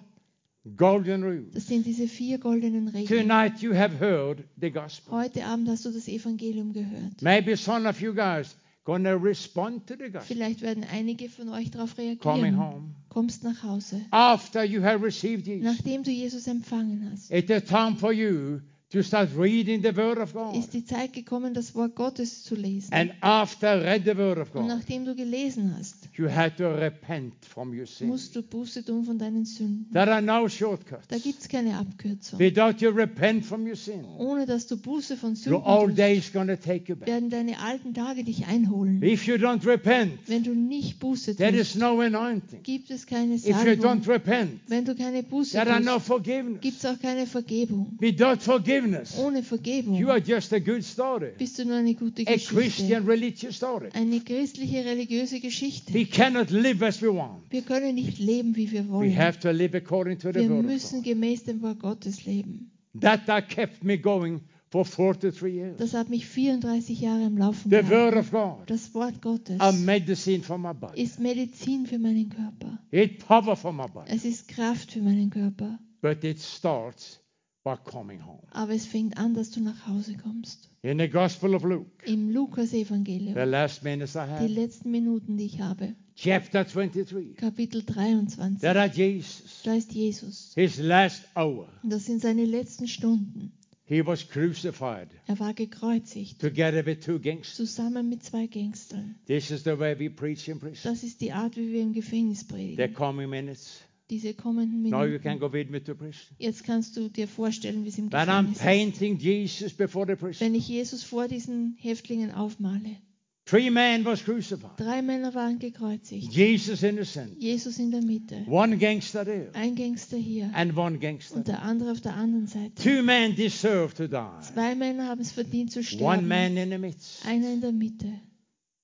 golden rules. Das sind diese vier goldenen Regeln. Tonight you have heard the gospel. Heute Abend hast du das Evangelium gehört. Maybe some of you guys gonna respond to the gospel Vielleicht werden einige von euch darauf coming reagieren. home Kommst nach Hause, after you have received Jesus. nachdem du Jesus empfangen hast. It is time for you to start reading the Word of God. Ist die Zeit gekommen, das Wort Gottes zu lesen. And after I read the Word of God, Und nachdem du gelesen hast, you had to repent from your sins. musst du Buße tun von deinen Sünden. There are no shortcuts. Da gibt es keine Abkürzung. Without you repent from your sin, Ohne dass du Buße von your Sünden old tust, day is gonna take you back. werden deine alten Tage dich einholen. If you don't repent, Wenn du nicht Buße there is tust, no anointing. gibt es keine If you don't Salbung. repent, Wenn du keine Buße there are no tust, gibt forgiveness. es auch keine Vergebung. Without forgiveness, Ohne you Vergebung are just a good story, bist du nur eine gute a Geschichte. Christian religious story. eine christliche religiöse Geschichte. We cannot live as we want. Wir können nicht leben, wie wir We wollen. have to live according to the Wir Word of God. müssen gemäß dem Wort Gottes leben. That I kept me going for 43 years. Das hat mich 34 Jahre im Laufen The Word gehalten. of God, Das Wort Gottes a medicine for my body. ist Medizin für meinen Körper. It power for my body. Es ist Kraft für meinen Körper. But it starts by coming home. Aber es fängt an, dass du nach Hause kommst. In the Gospel of Luke, Im the Lukas-Evangelium, last minutes I die have, letzten Minuten, die ich habe, chapter 23, Kapitel 23, there are Jesus. da ist Jesus. His last hour, Und Das sind seine letzten Stunden. he was crucified Er war gekreuzigt, together with two gangsters. zusammen mit zwei Gangstern. This is the way we preach in prison. Das ist die Art, wie wir im Gefängnis The predigen. coming minutes. Diese kommenden Now you can Minuten. go with me to prison. Jetzt kannst du dir vorstellen, wie es im But I'm Gefängnis ist. painting Jesus before the prison. Wenn ich Jesus vor diesen Häftlingen aufmale. Three men was crucified. Drei Männer waren gekreuzigt. Jesus in the center. Jesus in der Mitte. One gangster there Ein Gangster hier and one gangster. und there. der andere auf der anderen Seite. Two men deserve to die. Zwei Männer haben es verdient zu One sterben. man in the midst. Einer in der Mitte.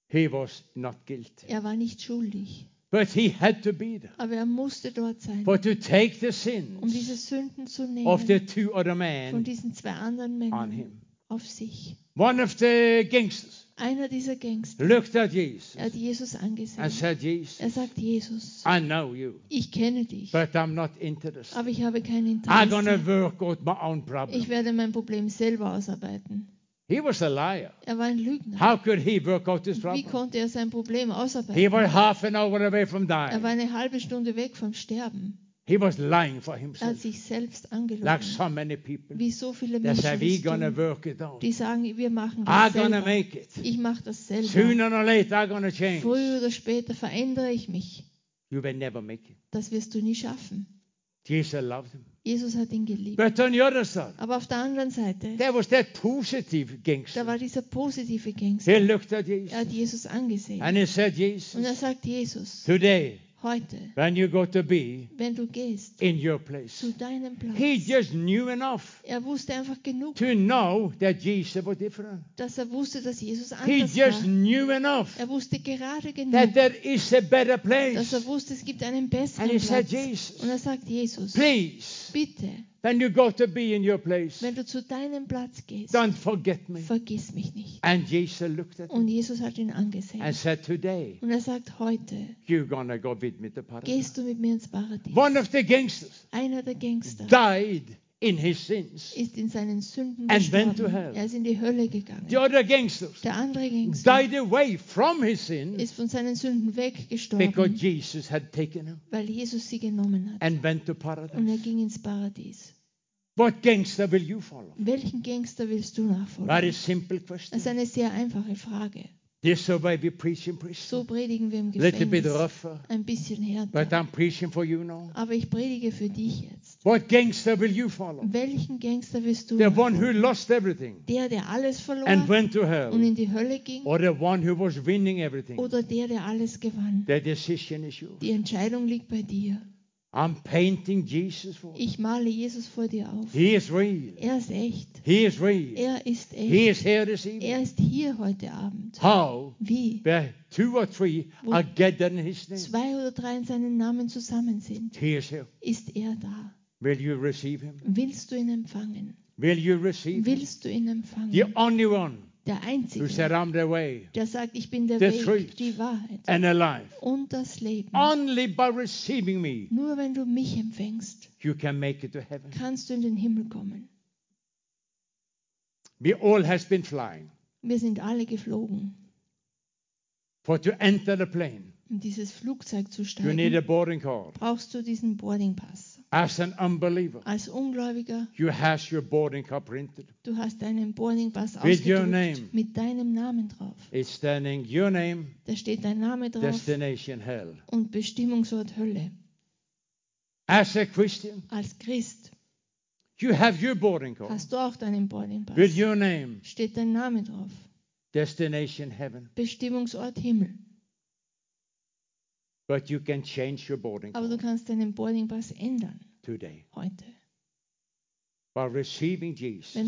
He was not guilty. Er war nicht schuldig. But he had to be there. Aber er musste dort sein, For to take the um diese sins Sünden zu of the nehmen two other von men diesen zwei anderen on Männern him. auf sich. One of the gangsters Einer dieser Gangster looked at Er Jesus hat Jesus and angesehen. said, Er Jesus, sagt, Jesus, I know you, ich kenne dich, but I'm not interested. aber ich habe kein I'm going to Interesse. work out my own Ich problem. werde mein Problem selber ausarbeiten. He was a liar. Er war ein Lügner. How could he work out his Wie problem? konnte er sein Problem He ausarbeiten? was half an hour away from Er dying. war eine halbe Stunde weg vom Sterben. He was lying for Er hat himself, sich selbst like angelogen. so many people. Wie so viele They say, Menschen we're es going to tun. work it out. Die sagen, wir machen I'm das going to selber. make it. Ich mache das selber. Sooner or later, I'm going to change. Früher oder später verändere ich mich. You will never make it. Das wirst du nie schaffen. Jesus loved him. Jesus hat ihn geliebt. But on the other side, Aber auf der anderen Seite, there was that positive da gangster. war dieser positive Gangster. He looked at Er Jesus hat Jesus angesehen. and he said, Und er Jesus, sagt, Jesus, today, heute, when you go to be wenn du gehst in your place, zu deinem he Platz, just knew enough er wusste einfach genug, to know that Jesus was different. dass er wusste, dass Jesus He anders just war. knew enough Er wusste gerade that genug, there is a better dass place. er wusste, es gibt einen And besseren he said, Platz. Jesus, Und er sagt, Jesus, please, bitte, when you go to be in your place, wenn du zu deinem Platz gehst, don't forget me. vergiss mich nicht. And Jesus looked at him Und Jesus hat ihn angesehen. and said, Today, Und er sagt, heute you're going to go with me to paradise. gehst du mit mir ins Paradies. One of the gangsters Einer der Gangster died in his sins. ist in seinen Sünden And went to gestorben. hell. Er ist in die Hölle gegangen. The other gangsters Der andere Gangster died away from his sin ist von seinen Sünden because weggestorben, Jesus had taken him weil Jesus sie genommen hat. and went to Und er paradise. ging ins Paradies. What gangster will you follow? Welchen Gangster willst du Very nachfolgen? simple Das ist question. eine sehr einfache Frage. This is why we preach in So prison. predigen wir im Little bit Gefängnis. rougher, Ein bisschen but härter. I'm preaching for you now. Aber ich predige für dich jetzt. What gangster will you follow? Welchen Gangster willst du The one nachfolgen? who lost everything Der, der alles and Oh, verlor went to und hell, in die Hölle ging? or the one who was winning everything. Oder der, der alles gewann? The decision is yours. Die Entscheidung liegt bei dir. I'm painting Jesus for you. Ich male Jesus vor dir auf. He is real. Er ist echt. He is real. Er ist He echt. is here this Er evening. ist hier heute Abend. How? Wie? Where two or three Wo- are gathered in His name. Zwei oder drei in seinen Namen zusammen sind, He is here. ist er da. Will you receive Him? Willst du ihn empfangen? Will you receive Him? Willst du ihn The empfangen? only one Der who said, Einzige, I'm the way der sagt, ich bin der The Weg, truth. die Wahrheit and the life. und das Leben. Only by receiving me, Nur wenn du mich empfängst, you can make it to heaven. kannst du in den Himmel kommen. We all has been flying. Wir sind alle geflogen, For to enter the plane, um dieses Flugzeug zu you need a steigen. boarding card. Brauchst du diesen Boardingpass? As an unbeliever, Als Ungläubiger, you has your boarding card printed. du hast deinen Boardingpass With your name. ausgedruckt mit deinem Namen drauf. It's standing your name, Da steht dein Name drauf destination hell. und Bestimmungsort Hölle. As a Christian, Als Christ you have your boarding card hast du auch deinen with Boardingpass. your name, Steht dein Name drauf. destination heaven. Bestimmungsort Himmel. But you can change your boarding Aber du card kannst deinen Boardingpass ändern today heute. by receiving Wenn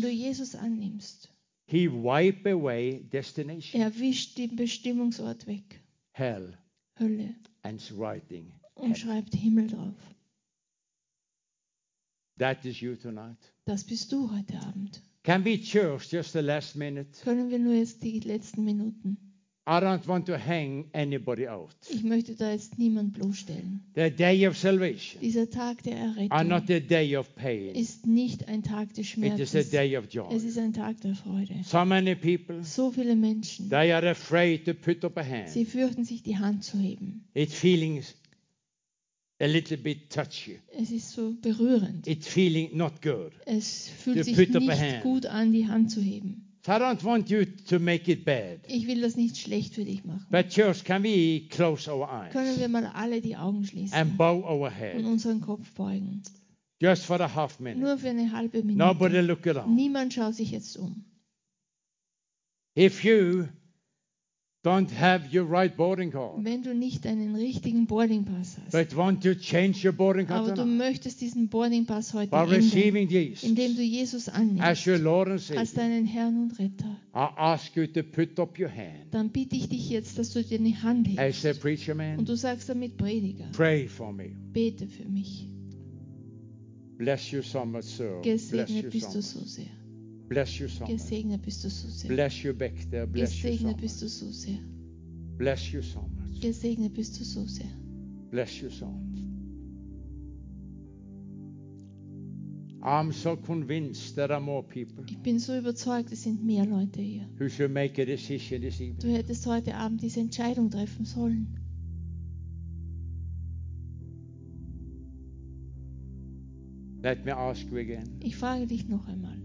Jesus. du Jesus annimmst, He wipe away destination er wischt den Bestimmungsort weg, hell Hölle, and is writing. und schreibt Himmel drauf. That is you tonight. Das bist du heute Abend. Can we church just the last minute? Können wir nur jetzt die letzten Minuten. I don't want to hang anybody out. Ich möchte da jetzt niemand bloßstellen. The day of salvation Dieser Tag der are not Errettung a day of pain. ist nicht ein Tag des It is a Schmerzes. day of joy. Es ist ein Tag der Freude. So many people So viele Menschen, they are afraid to put up a hand. sie fürchten sich, die Hand zu heben. It feelings a little bit touchy. Es ist so berührend. It feeling not good. Es You fühlt sich put up a hand. nicht gut an, die Hand zu heben. So I don't want you to make it bad. Ich will das nicht schlecht für dich machen. But church, can we close our Können eyes wir mal alle die Augen and schließen bow our und head unseren Kopf beugen? just for a half minute? Nur für eine halbe Nobody Minute. look around. Niemand schaut sich jetzt um. If you don't have your right boarding card, Wenn du nicht einen richtigen Boardingpass hast, but want to change your boarding aber card du tonight möchtest diesen Boardingpass heute by ändern, receiving indem du Jesus Jesus as your annimmst Lord and als Savior, deinen Herrn und Retter, I ask you to put up your hand. dann bitte ich dich jetzt, dass du dir eine Hand As a hebst. preacher man, Und du sagst damit, Prediger, pray for me. bete für mich. Bless you so much, sir. Bless you Gesegnet bist so much. du so sehr. Bless you so much. Gesegnet bist du so sehr. Bless you back there. Bless you so Gesegnet much. bist du so sehr. Bless you so much. Gesegnet bist du so sehr. Bless you so much. I'm so convinced there are more people Ich bin so überzeugt, es sind mehr Leute hier. who should make a decision this Du evening. hättest heute Abend diese Entscheidung treffen sollen. Let me ask you again. Ich frage dich noch einmal,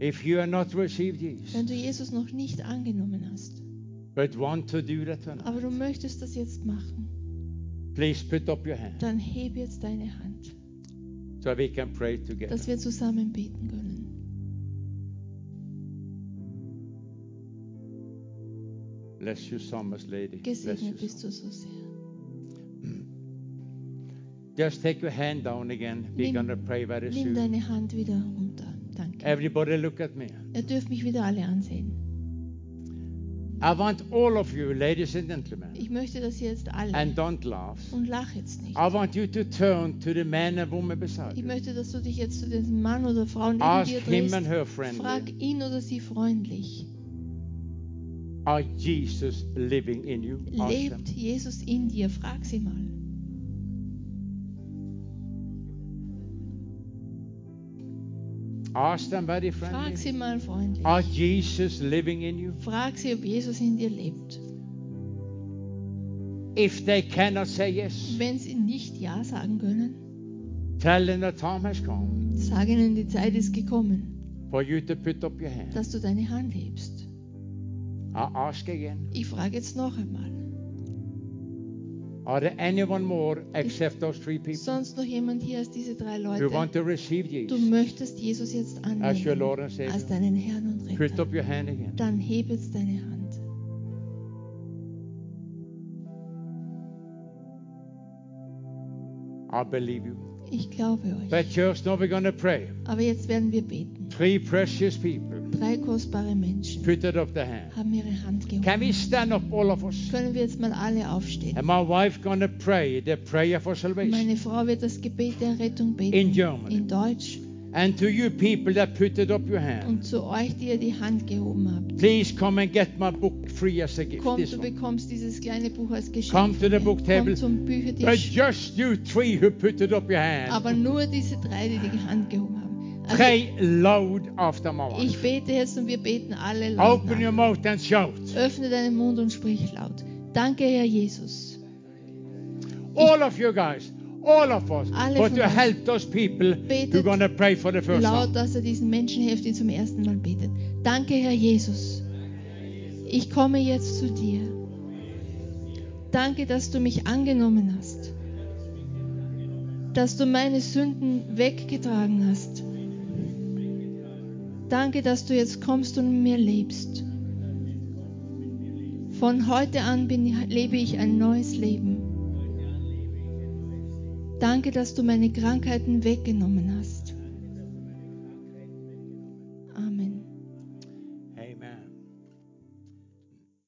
If you have not received wenn Jesus, du Jesus noch nicht angenommen hast, but want to do that tonight, aber du möchtest das jetzt machen, please put up your hand dann heb jetzt deine Hand, so we can pray together. dass wir zusammen beten können. Bless you so much, lady. Bless you Gesegnet so bist du so sehr. much. Just take your hand down again. We're Nimm- going to pray very Nimm soon. deine Hand wieder runter. Danke. Everybody, look at me. Ihr dürft mich wieder alle ansehen. I want all of you, ladies and gentlemen, Ich möchte das jetzt alle. and don't Ah. laugh. Und lach jetzt nicht. I want you to turn to the man and woman beside Ich you. möchte, dass du dich jetzt zu diesem Mann oder Frau neben Ask dir him and drehst. her friend, Frag ihn oder sie freundlich. are Jesus living in you? Ask them. Lebt Jesus in dir? Frag sie mal. Ask them very Frag sie friendly. mal freundlich. Are Jesus living in you? Frag sie, ob Jesus in dir lebt. If they cannot say yes, Wenn sie nicht Ja sagen können, tell them the time has come sag ihnen, die Zeit ist gekommen, for you to put up your hand. dass du deine Hand hebst. I ask again. Ich frage jetzt noch einmal. Are there anyone more except those three people Sonst noch jemand hier als diese drei who want Leute? to receive Du Jesus möchtest Jesus jetzt as your Lord annehmen and als Savior? deinen Herrn und Put Retter. up your hand again. Dann heb jetzt deine Hand. I believe you. Ich glaube euch. But church, now we're going to pray. Aber jetzt werden wir beten. Three precious people Drei kostbare Menschen put up their hand. haben ihre Hand Can we gehoben. stand up, all of us? Können wir jetzt mal alle aufstehen? And my wife going to pray the prayer for salvation. Meine Frau wird das Gebet der Rettung beten. In German. In Deutsch. And to you people that put it up your hand, Und zu euch, die ihr die Hand gehoben habt. please come and get my book free as a gift. Komm, This du one. bekommst dieses kleine Buch als Geschenk. Come to von the mir. book table. Komm zum But Büchertisch. just you three who put it up your Aber hand, nur diese drei, die die Hand gehoben haben. Also, pray loud after my ich wife. bete jetzt und wir beten alle laut. Open your Nach. mouth and shout. Öffne deinen Mund und sprich laut. Danke, Herr Jesus. All of you guys, all of us, Alle but von to uns. help those people who are Betet going to pray for the first Laut, time. dass er diesen Menschen hilft, die zum ersten Mal beten. Danke, Herr Jesus. Ich komme jetzt zu dir. Danke, dass du mich angenommen hast. Dass du meine Sünden weggetragen hast. Danke, dass du jetzt kommst und mit mir lebst. Von heute an bin, lebe ich ein neues Leben. Danke, dass du meine Krankheiten weggenommen hast.